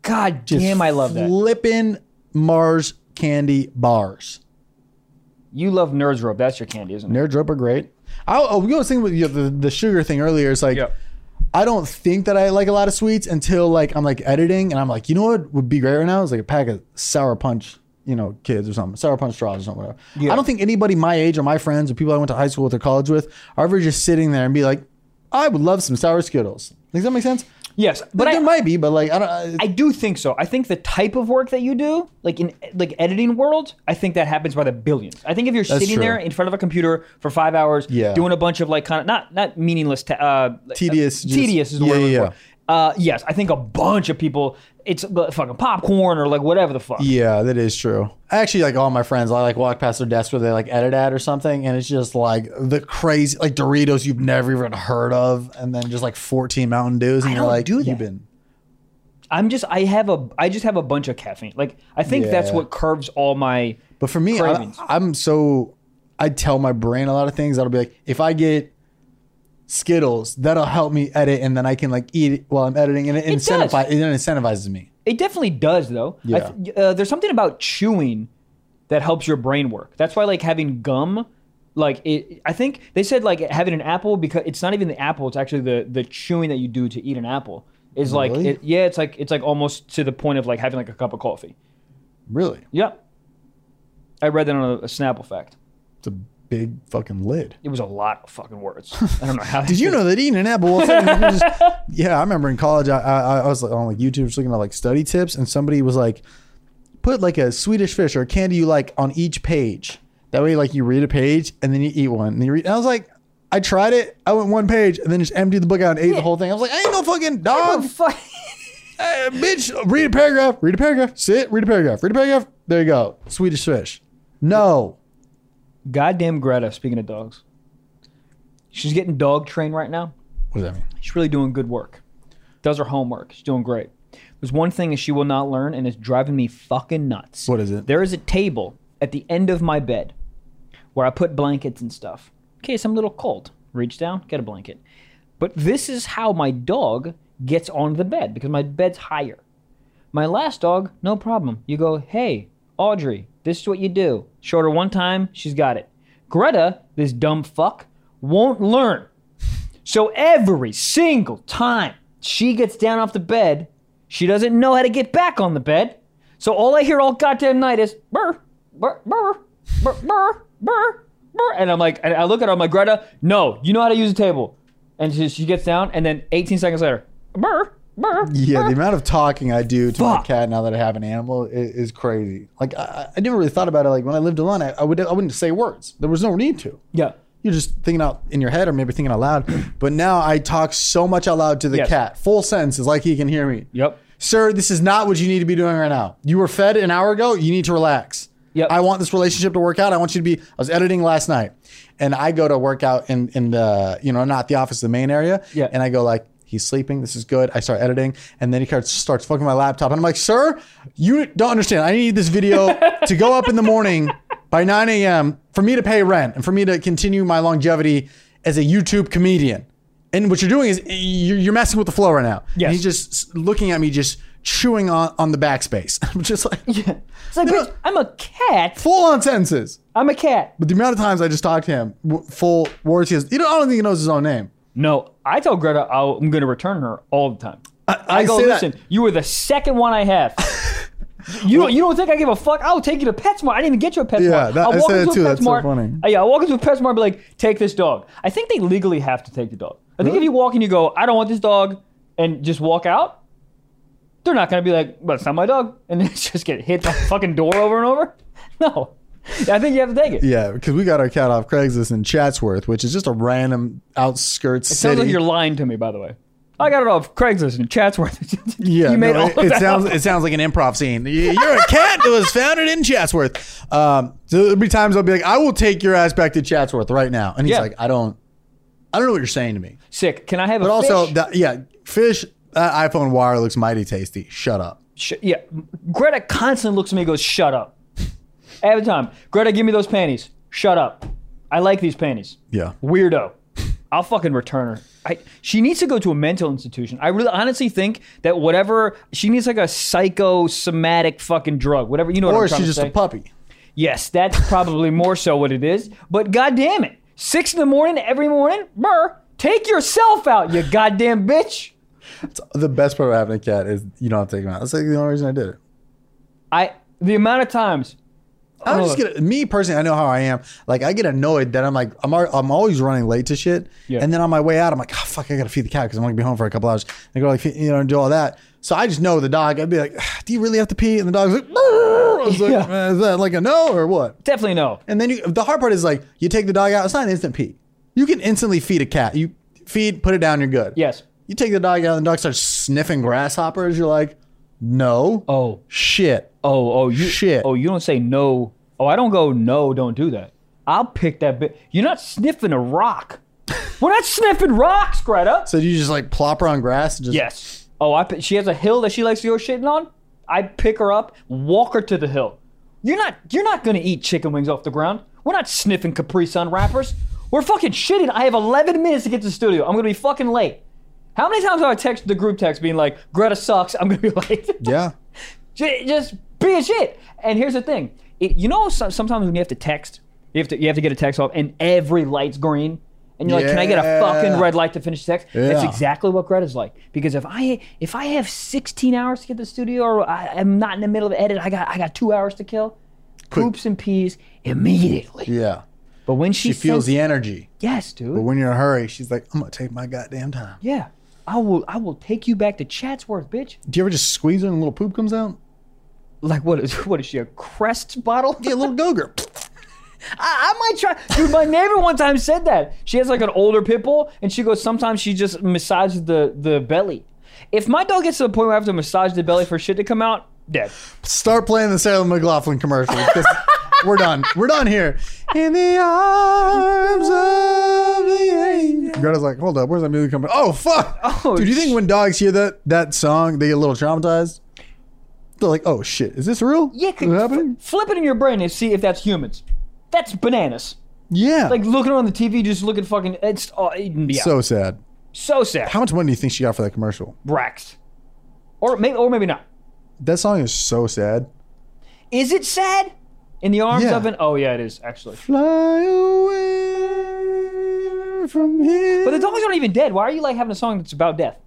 [SPEAKER 3] God damn, I love that.
[SPEAKER 2] Flipping Mars candy bars.
[SPEAKER 3] You love Nerds Rope. That's your candy, isn't it?
[SPEAKER 2] Nerd drip are great. I, oh, we was thinking with you know, the, the sugar thing earlier. It's like,
[SPEAKER 3] Yeah.
[SPEAKER 2] I don't think that I like a lot of sweets until like I'm like editing and I'm like, you know what would be great right now is like a pack of sour punch, you know, kids or something, sour punch straws or something. Whatever. I don't think anybody my age or my friends or people I went to high school with or college with are ever just sitting there and be like, I would love some sour Skittles. Does that make sense?
[SPEAKER 3] Yes, but
[SPEAKER 2] But
[SPEAKER 3] I,
[SPEAKER 2] there might be, but like I don't. I,
[SPEAKER 3] I do think so. I think the type of work that you do, like in like editing world, I think that happens by the billions. I think if you're sitting
[SPEAKER 2] true.
[SPEAKER 3] there in front of a computer for five hours,
[SPEAKER 2] Yeah.
[SPEAKER 3] doing a bunch of like kind of not not meaningless, ta- uh, like,
[SPEAKER 2] Tedious,
[SPEAKER 3] uh,
[SPEAKER 2] just-
[SPEAKER 3] tedious is the
[SPEAKER 2] yeah,
[SPEAKER 3] word. I'm
[SPEAKER 2] yeah,
[SPEAKER 3] looking for. Uh, yes, I think a bunch of people. It's uh, fucking popcorn or like whatever the fuck.
[SPEAKER 2] Yeah, that is true. I actually like all my friends. I like walk past their desk where they like edit at or something, and it's just like the crazy like Doritos you've never even heard of, and then just like fourteen Mountain Dews, and you're
[SPEAKER 3] don't
[SPEAKER 2] like,
[SPEAKER 3] do
[SPEAKER 2] you've
[SPEAKER 3] that.
[SPEAKER 2] been
[SPEAKER 3] I'm just I have a I just have a bunch of caffeine. Like I think that's
[SPEAKER 2] Yeah.
[SPEAKER 3] what curves all my.
[SPEAKER 2] But for me, I,
[SPEAKER 3] Cravings.
[SPEAKER 2] I'm so I tell my brain a lot of things. I'll be like, if I get Skittles, that'll help me edit, and then I can like eat it while I'm editing, and it,
[SPEAKER 3] It does.
[SPEAKER 2] incentivi- it incentivizes me.
[SPEAKER 3] It definitely does though. I
[SPEAKER 2] Yeah.
[SPEAKER 3] th- uh, there's something about chewing that helps your brain work. That's why like having gum. Like it, I think they said like having an apple because it's not even the apple. It's actually the the chewing that you do to eat an apple is like
[SPEAKER 2] Really?
[SPEAKER 3] it, yeah. It's like it's like almost to the point of like having like a cup of coffee.
[SPEAKER 2] Really,
[SPEAKER 3] Yeah, I read that on a, a Snapple fact.
[SPEAKER 2] it's a big fucking lid.
[SPEAKER 3] It was a lot of fucking words. I don't know how.
[SPEAKER 2] Did you know that eating an apple? will just, yeah, I remember in college, I, I, I was like on like YouTube, just looking at like study tips, and somebody was like, put like a Swedish fish or a candy you like on each page. That way, like you read a page and then you eat one, and then you read. And I was like, I tried it. I went one page and then just emptied the book out and ate the whole thing. I was like, I ain't no fucking dog,
[SPEAKER 3] Fuck.
[SPEAKER 2] Hey, bitch. Read a paragraph. Read a paragraph. Sit. Read a paragraph. Read a paragraph. There you go. Swedish fish. No.
[SPEAKER 3] Goddamn Greta, speaking of dogs. She's getting dog trained right now.
[SPEAKER 2] What does that mean?
[SPEAKER 3] She's really doing good work. Does her homework. She's doing great. There's one thing that she will not learn, and it's driving me fucking nuts.
[SPEAKER 2] What is it?
[SPEAKER 3] There is a table at the end of my bed where I put blankets and stuff. In case I'm a little cold, reach down, get a blanket. But this is how my dog gets onto the bed because my bed's higher. My last dog, no problem. You go, hey, Audrey, this is what you do. Showed her one time, she's got it. Greta, this dumb fuck, won't learn. So every single time she gets down off the bed, she doesn't know how to get back on the bed. So all I hear all goddamn night is burr, burr, burr, burr, burr, burr, burr. And I'm like, and I look at her, I'm like, Greta, no, you know how to use a table. and she, she gets down, and then 18 seconds later, burr, burr.
[SPEAKER 2] Yeah, the amount of talking I do to my
[SPEAKER 3] Fuck.
[SPEAKER 2] cat now that I have an animal is, is crazy. Like I, I- I never really thought about it. Like when I lived alone, I, I would I wouldn't say words. There was no need to.
[SPEAKER 3] Yeah.
[SPEAKER 2] You're just thinking out in your head or maybe thinking out loud. But now I talk so much out loud to the
[SPEAKER 3] Yes.
[SPEAKER 2] cat, full sentences, like he can hear me.
[SPEAKER 3] Yep.
[SPEAKER 2] Sir, this is not what you need to be doing right now. You were fed an hour ago. You need to relax.
[SPEAKER 3] Yep.
[SPEAKER 2] I want this relationship to work out. I want you to be. I was editing last night, and I go to work out in in the you know not the office, the main area.
[SPEAKER 3] Yeah.
[SPEAKER 2] And I go like. He's sleeping. This is good. I start editing, and then he starts starts fucking my laptop, and I'm like, "Sir, you don't understand. I need this video to go up in the morning by 9 a.m. for me to pay rent and for me to continue my longevity as a YouTube comedian. And what you're doing is you're you're messing with the flow right now. And
[SPEAKER 3] Yes.
[SPEAKER 2] he's just s- looking at me, just chewing on on the backspace. I'm just like,
[SPEAKER 3] It's like, bitch, I'm a cat.
[SPEAKER 2] full on sentences.
[SPEAKER 3] I'm a cat.
[SPEAKER 2] But the amount of times I just talked to him, w- full words, he has, you know, I don't think he knows his own name.
[SPEAKER 3] No, I tell Greta I'll, I'm going to return her all the time.
[SPEAKER 2] I, I
[SPEAKER 3] go,
[SPEAKER 2] say
[SPEAKER 3] listen,
[SPEAKER 2] that.
[SPEAKER 3] you were the second one I have. You don't, you don't think I give a fuck? I'll take you to PetSmart. I didn't even get you a PetSmart.
[SPEAKER 2] Yeah, that- I
[SPEAKER 3] walk
[SPEAKER 2] said
[SPEAKER 3] into
[SPEAKER 2] it too.
[SPEAKER 3] a
[SPEAKER 2] That's so
[SPEAKER 3] PetSmart-
[SPEAKER 2] funny.
[SPEAKER 3] Uh, yeah, I walk into a PetSmart and be like, take this dog. I think they legally have to take the dog. I think if you walk and you go, I don't want this dog, and just walk out, they're not going to be like, but it's not my dog. And then just get hit the fucking door over and over. No. I think you have to take it.
[SPEAKER 2] Yeah, because we got our cat off Craigslist in Chatsworth, which is just a random outskirts
[SPEAKER 3] Sounds
[SPEAKER 2] city.
[SPEAKER 3] like you're lying to me, by the way. I got it off Craigslist and Chatsworth.
[SPEAKER 2] yeah,
[SPEAKER 3] you made
[SPEAKER 2] no,
[SPEAKER 3] all
[SPEAKER 2] it,
[SPEAKER 3] of
[SPEAKER 2] it
[SPEAKER 3] that
[SPEAKER 2] sounds
[SPEAKER 3] up.
[SPEAKER 2] it sounds like an improv scene. Y- You're a cat that was founded in Chatsworth. Um, so there'll be times I'll be like, I will take your ass back to Chatsworth right now, and he's
[SPEAKER 3] Yeah.
[SPEAKER 2] like, I don't, I don't know what you're saying to me.
[SPEAKER 3] sick. Can I have a
[SPEAKER 2] But also,
[SPEAKER 3] fish?
[SPEAKER 2] that, yeah, fish. That iPhone wire looks mighty tasty. Shut up.
[SPEAKER 3] Sh- yeah, Greta constantly looks at me and goes, "Shut up." Every time, Greta, give me those panties. Shut up. I like these panties.
[SPEAKER 2] Yeah.
[SPEAKER 3] Weirdo. I'll fucking return her. I, she needs to go to a mental institution. I really honestly think that whatever she needs like a psychosomatic fucking drug, whatever you know. what
[SPEAKER 2] Or
[SPEAKER 3] I'm
[SPEAKER 2] she's
[SPEAKER 3] trying to
[SPEAKER 2] just
[SPEAKER 3] say.
[SPEAKER 2] a puppy.
[SPEAKER 3] Yes, that's probably more so what it is. But goddamn it, six in the morning every morning, brr, take yourself out, you goddamn bitch.
[SPEAKER 2] The best part about having a cat is you don't have to take them out. That's like the only reason I did it.
[SPEAKER 3] I the amount of times
[SPEAKER 2] I
[SPEAKER 3] Oh.
[SPEAKER 2] just get me personally. I know how I am. Like I get annoyed that I'm like I'm al- I'm always running late to shit.
[SPEAKER 3] Yeah.
[SPEAKER 2] And then on my way out, I'm like, oh, fuck, I gotta feed the cat because I'm gonna be home for a couple hours. I go like you know and do all that. So I just know the dog. I'd be like, "Ah, do you really have to pee? And the dog's like, "Brr." I was like,
[SPEAKER 3] Yeah.
[SPEAKER 2] "Uh, is that like a no or what?
[SPEAKER 3] definitely no.
[SPEAKER 2] And then you, the hard part is like you take the dog out. It's not an instant pee. You can instantly feed a cat. You feed, put it down, you're good.
[SPEAKER 3] Yes.
[SPEAKER 2] You take the dog out, and the dog starts sniffing grasshoppers. You're like, no.
[SPEAKER 3] Oh.
[SPEAKER 2] shit.
[SPEAKER 3] Oh, oh, you
[SPEAKER 2] Shit.
[SPEAKER 3] Oh, you don't say no. Oh, I don't go no. Don't do that. I'll pick that bit. You're not sniffing a rock. We're not sniffing rocks, Greta.
[SPEAKER 2] So you just like plop her on grass. And just,
[SPEAKER 3] Yes. Oh, I. pi- She has a hill that she likes to go shitting on. I pick her up, walk her to the hill. You're not. You're not gonna eat chicken wings off the ground. We're not sniffing Capri Sun wrappers. We're fucking shitting. I have 11 minutes to get to the studio. I'm gonna be fucking late. How many times have I texted the group text being like, Greta sucks. I'm gonna be late.
[SPEAKER 2] Yeah.
[SPEAKER 3] Ju- just be a shit. And here's the thing, it, you know, so, sometimes when you have to text, you have to you have to get a text off, and every light's green, and you're like, can I get a fucking
[SPEAKER 2] Yeah.
[SPEAKER 3] red light to finish the text? That's
[SPEAKER 2] Yeah.
[SPEAKER 3] exactly what Greta's like. Because if I if I have 16 hours to get to the studio, or I, I'm not in the middle of edit, I got I got two hours to kill. Poops and pees immediately.
[SPEAKER 2] Yeah.
[SPEAKER 3] But when she,
[SPEAKER 2] She feels
[SPEAKER 3] says,
[SPEAKER 2] the energy.
[SPEAKER 3] yes, dude,
[SPEAKER 2] But when you're in a hurry, she's like, I'm gonna take my goddamn time.
[SPEAKER 3] yeah, I will I will take you back to Chatsworth, bitch.
[SPEAKER 2] Do you ever just squeeze her and a little poop comes out?
[SPEAKER 3] Like what is what is she a Crest bottle?
[SPEAKER 2] Yeah, a little gogurt.
[SPEAKER 3] I, I might try. Dude, my neighbor one time said that. She has like an older pit bull, and she goes, sometimes she just massages the, the belly. If my dog gets to the point where I have to massage the belly for shit to come out, dead.
[SPEAKER 2] Start playing the Sarah McLaughlin commercial because we're done. We're done here. In the arms of the angel. Greta's like, hold up, where's that music coming? Oh fuck!
[SPEAKER 3] Oh,
[SPEAKER 2] Dude, do you think
[SPEAKER 3] sh-
[SPEAKER 2] when dogs hear that that song, they get a little traumatized? They're like, oh shit, is this real?
[SPEAKER 3] Yeah,
[SPEAKER 2] Is it happening?
[SPEAKER 3] flip it in your brain and see if that's humans. That's bananas.
[SPEAKER 2] Yeah.
[SPEAKER 3] Like looking on the TV, just looking fucking. It's oh, yeah, so,
[SPEAKER 2] so sad.
[SPEAKER 3] sad.
[SPEAKER 2] How much money do you think she got for that commercial?
[SPEAKER 3] Brax, or maybe or maybe not.
[SPEAKER 2] That song is so sad.
[SPEAKER 3] Is it sad? In the arms
[SPEAKER 2] Yeah.
[SPEAKER 3] of an. Oh yeah, it is actually.
[SPEAKER 2] Fly away from here.
[SPEAKER 3] But the dogs aren't even dead. Why are you like having a song that's about death?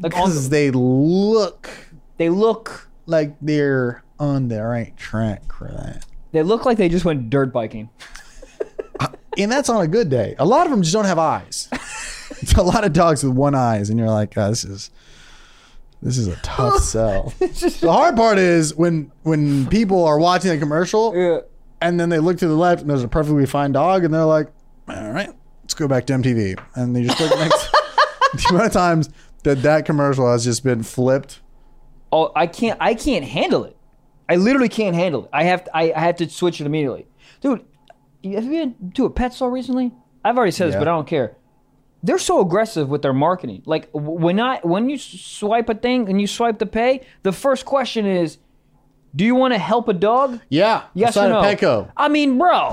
[SPEAKER 3] Like on,
[SPEAKER 2] because they look
[SPEAKER 3] they look
[SPEAKER 2] like they're on the right track for that.
[SPEAKER 3] They look like they just went dirt biking.
[SPEAKER 2] And that's on a good day. A lot of them just don't have eyes. a lot of dogs with one eyes, and you're like, "God, this is this is a tough sell. the hard part is when when people are watching a commercial
[SPEAKER 3] Yeah.
[SPEAKER 2] and then they look to the left and there's a perfectly fine dog, and they're like, "All right, let's go back to MTV," and they just click next. the amount of times that that commercial has just been flipped.
[SPEAKER 3] Oh, I can't. I can't handle it. I literally can't handle it. I have. To, I, I have to switch it immediately, dude. you- Have you been to a pet store recently? I've already said this,
[SPEAKER 2] Yeah.
[SPEAKER 3] but I don't care. They're so aggressive with their marketing. Like w- when I when you s- swipe a thing and you swipe to pay, the first question is, "Do you want to help a dog?"
[SPEAKER 2] Yeah,
[SPEAKER 3] Yes or
[SPEAKER 2] outside
[SPEAKER 3] no?
[SPEAKER 2] of Petco.
[SPEAKER 3] I mean, bro.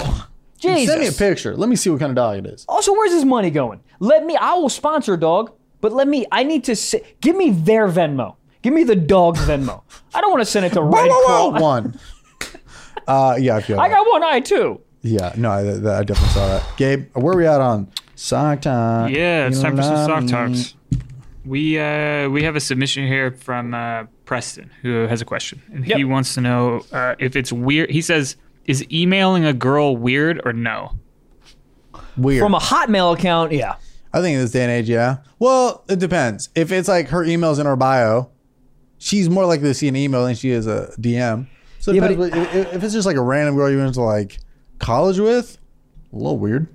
[SPEAKER 3] Jesus. Oh,
[SPEAKER 2] Send me a picture. Let me see what kind of dog it is.
[SPEAKER 3] Also, where's this money going? Let me. I will sponsor a dog, but let me. I need to si- give me their Venmo. Give me the dog's Venmo. I don't want to send it to Red Cross.
[SPEAKER 2] One. Uh, yeah, I feel.
[SPEAKER 3] I
[SPEAKER 2] that.
[SPEAKER 3] got one eye too.
[SPEAKER 2] Yeah, no, I, that- I definitely saw that. Gabe, where we at on sock time?
[SPEAKER 4] Yeah, it's
[SPEAKER 2] You
[SPEAKER 4] time for some
[SPEAKER 2] love
[SPEAKER 4] sock
[SPEAKER 2] me.
[SPEAKER 4] talks. We uh, we have a submission here from uh, Preston who has a question, and he
[SPEAKER 3] Yep.
[SPEAKER 4] wants to know uh, if it's weird. He says, "Is emailing a girl weird or no?"
[SPEAKER 2] Weird.
[SPEAKER 3] From a Hotmail account, yeah.
[SPEAKER 2] I think in this day and age, yeah. Well, it depends. If it's like her email's in her bio, she's more likely to see an email than she is a DM. So it
[SPEAKER 3] Yeah, but
[SPEAKER 2] depends, but if, if it's just like a random girl you went to like college with, a little weird.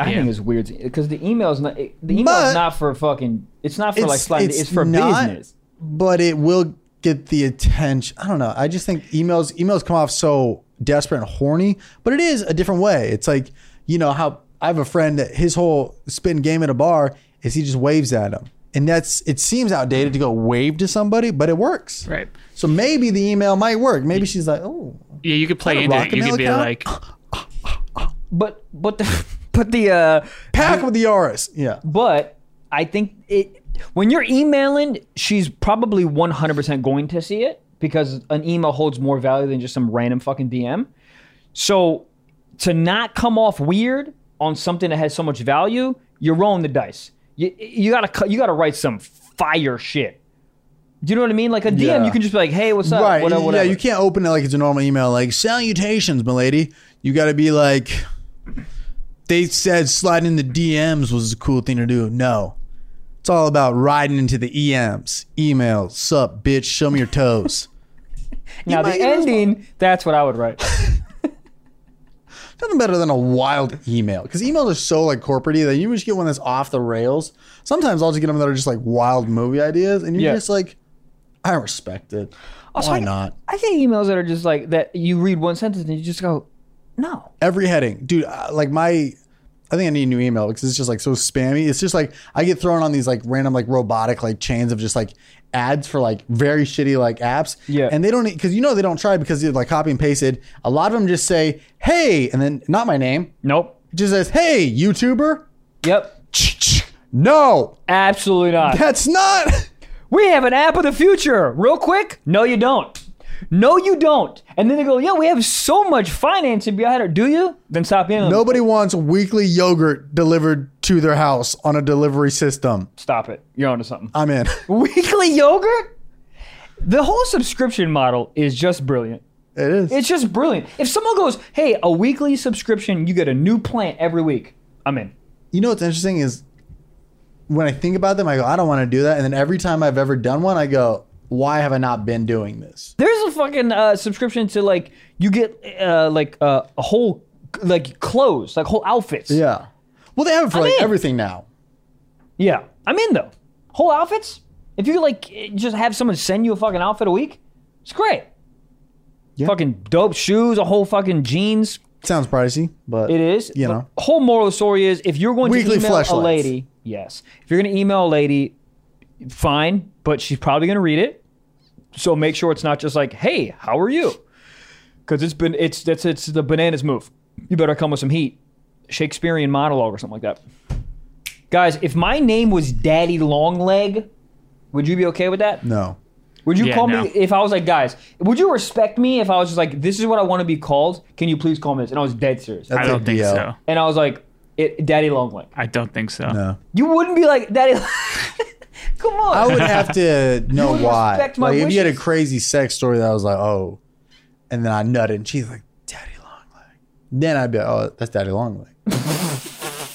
[SPEAKER 3] I
[SPEAKER 4] Yeah.
[SPEAKER 3] think it's weird because the email's not it- the email's
[SPEAKER 2] But-
[SPEAKER 3] not for fucking. It's not for like
[SPEAKER 2] It's-
[SPEAKER 3] sliding. It's,
[SPEAKER 2] it's
[SPEAKER 3] for
[SPEAKER 2] not-
[SPEAKER 3] business.
[SPEAKER 2] but it will get the attention. I don't know. I just think emails emails come off so desperate and horny, but it is a different way. It's like you know how I have a friend that his whole spin game at a bar is he just waves at him, and that's it seems outdated to go wave to somebody, but it works.
[SPEAKER 4] Right.
[SPEAKER 2] So maybe the email might work. Maybe she's like, oh,
[SPEAKER 4] Yeah, you could play
[SPEAKER 2] Is
[SPEAKER 4] into
[SPEAKER 2] that a
[SPEAKER 4] it. You
[SPEAKER 2] Rocketmail
[SPEAKER 4] could be
[SPEAKER 2] account?
[SPEAKER 4] like,
[SPEAKER 3] But but the but the uh
[SPEAKER 2] pack with the Yaris. Yeah,
[SPEAKER 3] but I think it when you're emailing, she's probably 100% going to see it because an email holds more value than just some random fucking DM. So to not come off weird on something that has so much value, you're rolling the dice. You you gotta cut- you gotta write some fire shit. Do you know what I mean? Like a DM,
[SPEAKER 2] Yeah.
[SPEAKER 3] you can just be like, "Hey, what's up?"
[SPEAKER 2] right.
[SPEAKER 3] Whatever, whatever.
[SPEAKER 2] Yeah, you can't open it like it's a normal email. Like salutations, milady. You got to be like, they said sliding into DMs was a cool thing to do. No, it's all about riding into the EMs, emails. Sup, bitch. Show me your toes.
[SPEAKER 3] now the
[SPEAKER 2] might get a
[SPEAKER 3] ending—that's what I would write.
[SPEAKER 2] Nothing better than a wild email because emails are so like corporatey that you just get one that's off the rails. Sometimes I'll just get them that are just like wild movie ideas, and you're
[SPEAKER 3] Yeah.
[SPEAKER 2] just like, I respect it.
[SPEAKER 3] Also,
[SPEAKER 2] Why
[SPEAKER 3] I-
[SPEAKER 2] not?
[SPEAKER 3] I get emails that are just like that. You read one sentence and you just go, "No."
[SPEAKER 2] every heading, dude. uh, Like my, I think I need a new email because it's just like so spammy. It's just like I get thrown on these like random like robotic like chains of just like ads for like very shitty like apps.
[SPEAKER 3] Yeah.
[SPEAKER 2] and they don't because you know they don't try because they like copy and pasted. A lot of them just say hey, and then not my name.
[SPEAKER 3] Nope.
[SPEAKER 2] It just says hey, YouTuber.
[SPEAKER 3] Yep.
[SPEAKER 2] No,
[SPEAKER 3] Absolutely not.
[SPEAKER 2] that's not.
[SPEAKER 3] We have an app of the future. Real quick? No, you don't. No, you don't. And then they go, yeah, we have so much financing behind it. Do you? Then stop in. Nope.
[SPEAKER 2] Nobody wants weekly yogurt delivered to their house on a delivery system.
[SPEAKER 3] Stop it. You're onto something.
[SPEAKER 2] I'm in.
[SPEAKER 3] Weekly yogurt? The whole subscription model is just brilliant.
[SPEAKER 2] It is.
[SPEAKER 3] It's just brilliant. If someone goes, hey, a weekly subscription, you get a new plant every week. I'm in.
[SPEAKER 2] you know what's interesting is when I think about them, I go, I don't want to do that. And then every time I've ever done one, I go, why have I not been doing this?
[SPEAKER 3] There's a fucking uh, subscription to like, you get uh, like uh, a whole, like clothes, like whole outfits.
[SPEAKER 2] Yeah. Well, they have it for like
[SPEAKER 3] in.
[SPEAKER 2] everything now.
[SPEAKER 3] Yeah, I'm in though. Whole outfits. If you could, like just have someone send you a fucking outfit a week, it's great.
[SPEAKER 2] Yeah.
[SPEAKER 3] Fucking dope shoes, a whole fucking jeans.
[SPEAKER 2] Sounds pricey, but
[SPEAKER 3] It is.
[SPEAKER 2] You
[SPEAKER 3] The
[SPEAKER 2] know.
[SPEAKER 3] whole moral of the story is if you're going
[SPEAKER 2] Weekly
[SPEAKER 3] to email a
[SPEAKER 2] fleshlights.
[SPEAKER 3] lady, yes. If you're going to email a lady, fine, but she's probably going to read it. So make sure it's not just like, "Hey, how are you?" Because it's been it's that's it's the bananas move. You better come with some heat, Shakespearean monologue or something like that. Guys, if my name was Daddy Longleg, would you be okay with that?
[SPEAKER 2] No.
[SPEAKER 3] Would you
[SPEAKER 4] Yeah,
[SPEAKER 3] call
[SPEAKER 4] no.
[SPEAKER 3] me if I was like, guys? Would you respect me if I was just like, this is what I want to be called? Can you please call me this? And I was dead serious.
[SPEAKER 4] I
[SPEAKER 2] That's
[SPEAKER 4] don't
[SPEAKER 2] a
[SPEAKER 4] think
[SPEAKER 2] DL.
[SPEAKER 4] so.
[SPEAKER 3] And I was like, it, Daddy Longleg.
[SPEAKER 4] I don't think so.
[SPEAKER 2] No.
[SPEAKER 3] You wouldn't be like, Daddy, come on.
[SPEAKER 2] I would have to know
[SPEAKER 3] would
[SPEAKER 2] why. Like,
[SPEAKER 3] respect my
[SPEAKER 2] if you had a
[SPEAKER 3] wishes.
[SPEAKER 2] crazy sex story that I was like, oh, and then I nutted, and she's like, Daddy Longleg. Then I'd be, like, oh, that's Daddy Longleg.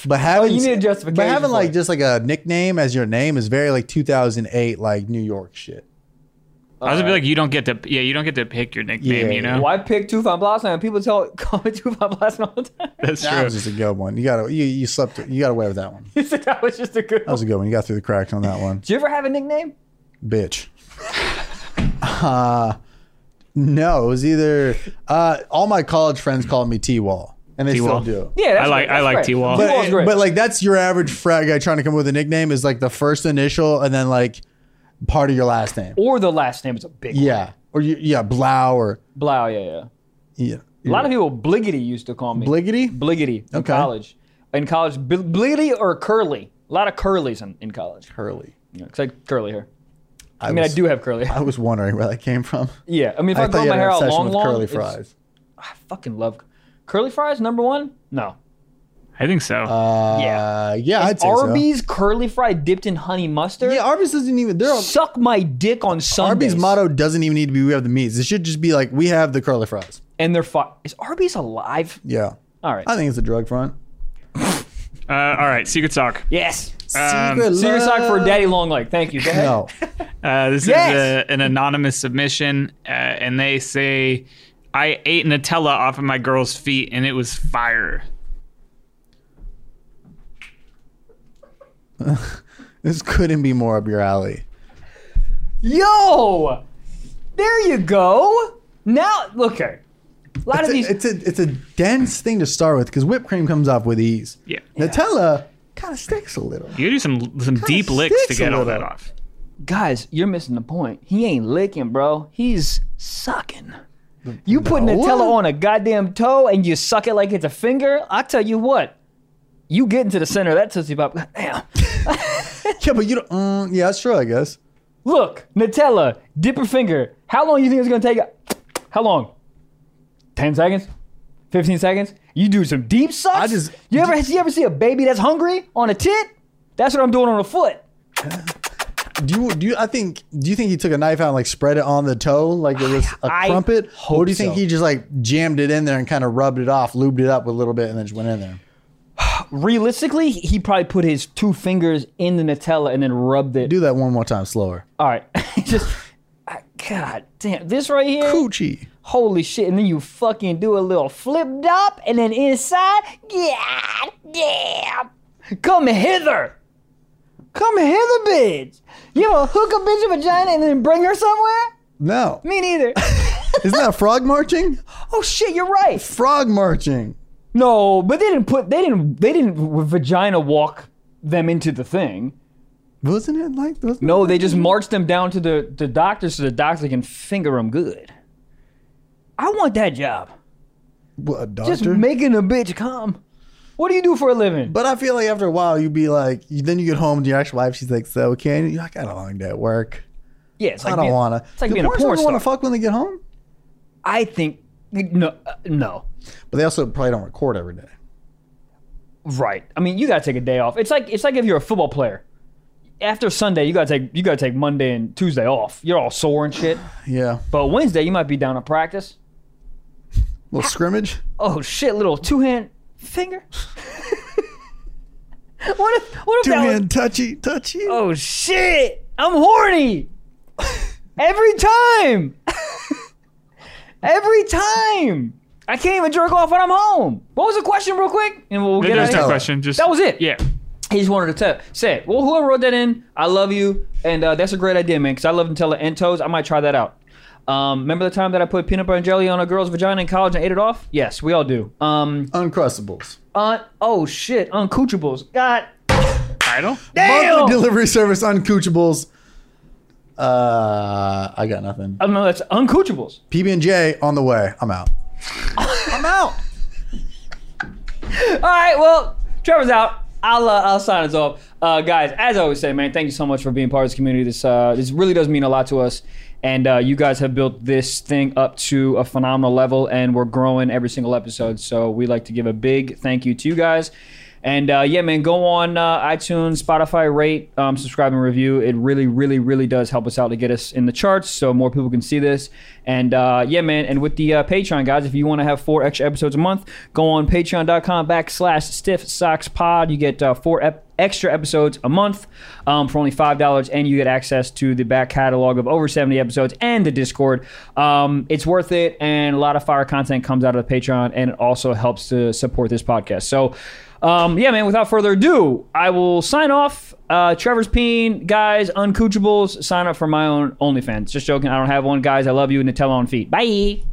[SPEAKER 2] But having
[SPEAKER 3] you need a justification
[SPEAKER 2] But having
[SPEAKER 3] for
[SPEAKER 2] like
[SPEAKER 3] it.
[SPEAKER 2] just like a nickname as your name is very like 2008 like New York shit.
[SPEAKER 4] I was gonna be like, you don't get to, yeah, you don't get to pick your nickname,
[SPEAKER 2] Yeah.
[SPEAKER 4] you know.
[SPEAKER 3] Why pick Tufan Blossom? People tell call me Tufan Blossom all the time.
[SPEAKER 4] That's
[SPEAKER 2] That
[SPEAKER 4] true.
[SPEAKER 2] was just a good one. You got to you you slept you got away with that one. That
[SPEAKER 3] He said that was just a good. One.
[SPEAKER 2] was a good one. You got through the cracks on that one.
[SPEAKER 3] Did you ever have a nickname?
[SPEAKER 2] bitch. Uh, no, it was either uh, all my college friends called me T Wall, and they
[SPEAKER 4] T-Wall.
[SPEAKER 2] still do.
[SPEAKER 3] Yeah, that's
[SPEAKER 4] I
[SPEAKER 3] great,
[SPEAKER 4] like-
[SPEAKER 3] that's
[SPEAKER 4] I like
[SPEAKER 3] great.
[SPEAKER 4] T-Wall.
[SPEAKER 3] T-Wall's
[SPEAKER 2] But,
[SPEAKER 3] great.
[SPEAKER 2] but like that's your average frat guy trying to come up with a nickname is like the first initial and then like part of your last name.
[SPEAKER 3] or the last name is a big one.
[SPEAKER 2] Yeah, or you, yeah, Blau or
[SPEAKER 3] Blau, yeah, yeah.
[SPEAKER 2] yeah.
[SPEAKER 3] A lot of people, Bliggity used to call me.
[SPEAKER 2] Bliggity.
[SPEAKER 3] Bliggity in
[SPEAKER 2] Okay.
[SPEAKER 3] college. In college, Bl- Bliggity or Curly. A lot of Curlys in, in college.
[SPEAKER 2] Curly.
[SPEAKER 3] Yeah, 'cause I had curly hair.
[SPEAKER 2] I,
[SPEAKER 3] I mean,
[SPEAKER 2] was,
[SPEAKER 3] I do have curly hair.
[SPEAKER 2] I was wondering where that came from.
[SPEAKER 3] Yeah, I mean, if I,
[SPEAKER 2] I
[SPEAKER 3] grow
[SPEAKER 2] thought you
[SPEAKER 3] my
[SPEAKER 2] had
[SPEAKER 3] hair
[SPEAKER 2] an
[SPEAKER 3] out
[SPEAKER 2] obsession
[SPEAKER 3] long,
[SPEAKER 2] with
[SPEAKER 3] long,
[SPEAKER 2] curly
[SPEAKER 3] it's-
[SPEAKER 2] fries.
[SPEAKER 3] I fucking love curly fries. Number one, no.
[SPEAKER 4] I think so.
[SPEAKER 2] Uh, yeah, yeah, I'd say
[SPEAKER 3] Arby's curly fry dipped in honey mustard.
[SPEAKER 2] so. Yeah, Arby's doesn't even. They're
[SPEAKER 3] Suck my dick on Sundays.
[SPEAKER 2] Arby's motto doesn't even need to be we have the meats. It should just be like we have the curly fries.
[SPEAKER 3] and they're fu- Is Arby's alive?
[SPEAKER 2] Yeah.
[SPEAKER 3] All right.
[SPEAKER 2] I think it's a drug front.
[SPEAKER 4] uh, all right, secret talk.
[SPEAKER 3] yes.
[SPEAKER 4] Um,
[SPEAKER 3] Serious sock for Daddy Long Leg. Thank you. Go ahead.
[SPEAKER 2] No.
[SPEAKER 4] Uh, this
[SPEAKER 3] Yes!
[SPEAKER 4] is a, an anonymous submission, uh, and they say, "I ate Nutella off of my girl's feet, and it was fire."
[SPEAKER 2] this couldn't be more up your alley.
[SPEAKER 3] Yo, there you go. Now, look okay. A lot of
[SPEAKER 2] It's a,
[SPEAKER 3] these.
[SPEAKER 2] it's a it's a dense thing to start with because whipped cream comes off with ease.
[SPEAKER 4] Yeah,
[SPEAKER 2] Nutella kind of sticks a little.
[SPEAKER 4] you do some some deep licks
[SPEAKER 2] sticks
[SPEAKER 4] to
[SPEAKER 2] a
[SPEAKER 4] get all that
[SPEAKER 2] little.
[SPEAKER 4] off.
[SPEAKER 3] guys, you're missing the point. He ain't licking, bro. He's sucking. You put Nutella on a goddamn toe and you suck it like it's a finger. I tell you what, you get into the center of that tootsie pop. Damn.
[SPEAKER 2] Yeah, but you don't. mm, yeah, that's true. I guess.
[SPEAKER 3] Look, Nutella, dip your finger. How long you think it's gonna take? How long? Ten seconds? Fifteen seconds? You do some deep sucks.
[SPEAKER 2] I just-
[SPEAKER 3] you ever you ever see a baby that's hungry on a tit? That's what I'm doing on a foot.
[SPEAKER 2] Do you do you, I think do you think he took a knife out and like spread it on the toe like it was a
[SPEAKER 3] I
[SPEAKER 2] crumpet? Or
[SPEAKER 3] hope
[SPEAKER 2] do you think
[SPEAKER 3] so.
[SPEAKER 2] he just like jammed it in there and kind of rubbed it off, lubed it up a little bit, and then just went in there?
[SPEAKER 3] Realistically, he probably put his two fingers in the Nutella and then rubbed it.
[SPEAKER 2] Do that one more time, slower.
[SPEAKER 3] All right, just I, God damn this right here.
[SPEAKER 2] Poochie.
[SPEAKER 3] Holy shit! And then you fucking do a little flip dop, and then inside,
[SPEAKER 1] God damn.
[SPEAKER 3] Come hither. Come hither, bitch. You ever hook a bitch a vagina and then bring her somewhere?
[SPEAKER 2] No.
[SPEAKER 3] Me neither.
[SPEAKER 2] Isn't that frog marching?
[SPEAKER 3] oh shit, you're right.
[SPEAKER 2] Frog marching.
[SPEAKER 3] No, but they didn't put they didn't they didn't w- vagina walk them into the thing.
[SPEAKER 2] Wasn't it like those?
[SPEAKER 3] No, they just marched them down to the the doctor so the doctor can finger them good. I want that job.
[SPEAKER 2] What, a doctor.
[SPEAKER 3] Just making a bitch come. What do you do for a living?
[SPEAKER 2] but I feel like after a while you'd be like, you, then you get home to your actual wife. She's like, "So, Ken, you I got a long day at work.
[SPEAKER 3] Yeah, it's like
[SPEAKER 2] I don't
[SPEAKER 3] being-
[SPEAKER 2] wanna."
[SPEAKER 3] It's like
[SPEAKER 2] Do
[SPEAKER 3] being a
[SPEAKER 2] porn
[SPEAKER 3] porn
[SPEAKER 2] stars wanna
[SPEAKER 3] star.
[SPEAKER 2] fuck when they get home,
[SPEAKER 3] I think no, uh, no.
[SPEAKER 2] but they also probably don't record every day.
[SPEAKER 3] Right. I mean, you gotta take a day off. It's like it's like if you're a football player. After Sunday, you gotta take you gotta take Monday and Tuesday off. You're all sore and shit.
[SPEAKER 2] Yeah,
[SPEAKER 3] But Wednesday, you might be down to practice.
[SPEAKER 2] little scrimmage.
[SPEAKER 3] Oh shit! Little two hand finger. what if what if
[SPEAKER 2] Two
[SPEAKER 3] that was-
[SPEAKER 2] hand touchy, touchy.
[SPEAKER 3] Oh shit! I'm horny. Every time. Every time. I can't even jerk off when I'm home. What was the question, real quick? And we'll get out
[SPEAKER 4] There's
[SPEAKER 3] of
[SPEAKER 4] no
[SPEAKER 3] here.
[SPEAKER 4] question. Just
[SPEAKER 3] That was it.
[SPEAKER 4] Yeah,
[SPEAKER 3] He just wanted to tell, say, it. well, whoever wrote that in, I love you, and uh, that's a great idea, man. Because I love Nutella and toes. I might try that out. Um, remember the time that I put peanut butter and jelly on a girl's vagina in college and ate it off? Yes, we all do. Um,
[SPEAKER 2] Uncrustables.
[SPEAKER 3] uh, oh shit, uncoochables. God
[SPEAKER 4] title.
[SPEAKER 3] damn.
[SPEAKER 2] Monthly delivery service. Uncoochables. Uh, I got nothing.
[SPEAKER 3] I don't know. That's uncoochables.
[SPEAKER 2] PB and J on the way. I'm out. I'm out.
[SPEAKER 3] All right, well, Trevor's out. I'll uh, I'll sign us off, uh, guys. As I always say, man, thank you so much for being part of this community. This uh, this really does mean a lot to us, and uh, you guys have built this thing up to a phenomenal level, and we're growing every single episode. So we like to give a big thank you to you guys. And uh, yeah, man, go on uh, iTunes, Spotify, rate, um, subscribe, and review. It really, really, really does help us out to get us in the charts so more people can see this. And uh, yeah, man, and with the uh, Patreon, guys, if you want to have four extra episodes a month, go on patreon.com backslash stiff socks pod. You get uh, four ep- extra episodes a month um, for only $5, and you get access to the back catalog of over 70 episodes and the Discord. Um, it's worth it, and a lot of fire content comes out of the Patreon, and it also helps to support this podcast. So, um, yeah, man, without further ado, I will sign off. Uh, Trevor's Peen, guys, Uncoochables, sign up for my own OnlyFans. Just joking, I don't have one. Guys, I love you. Nutella on feet. Bye.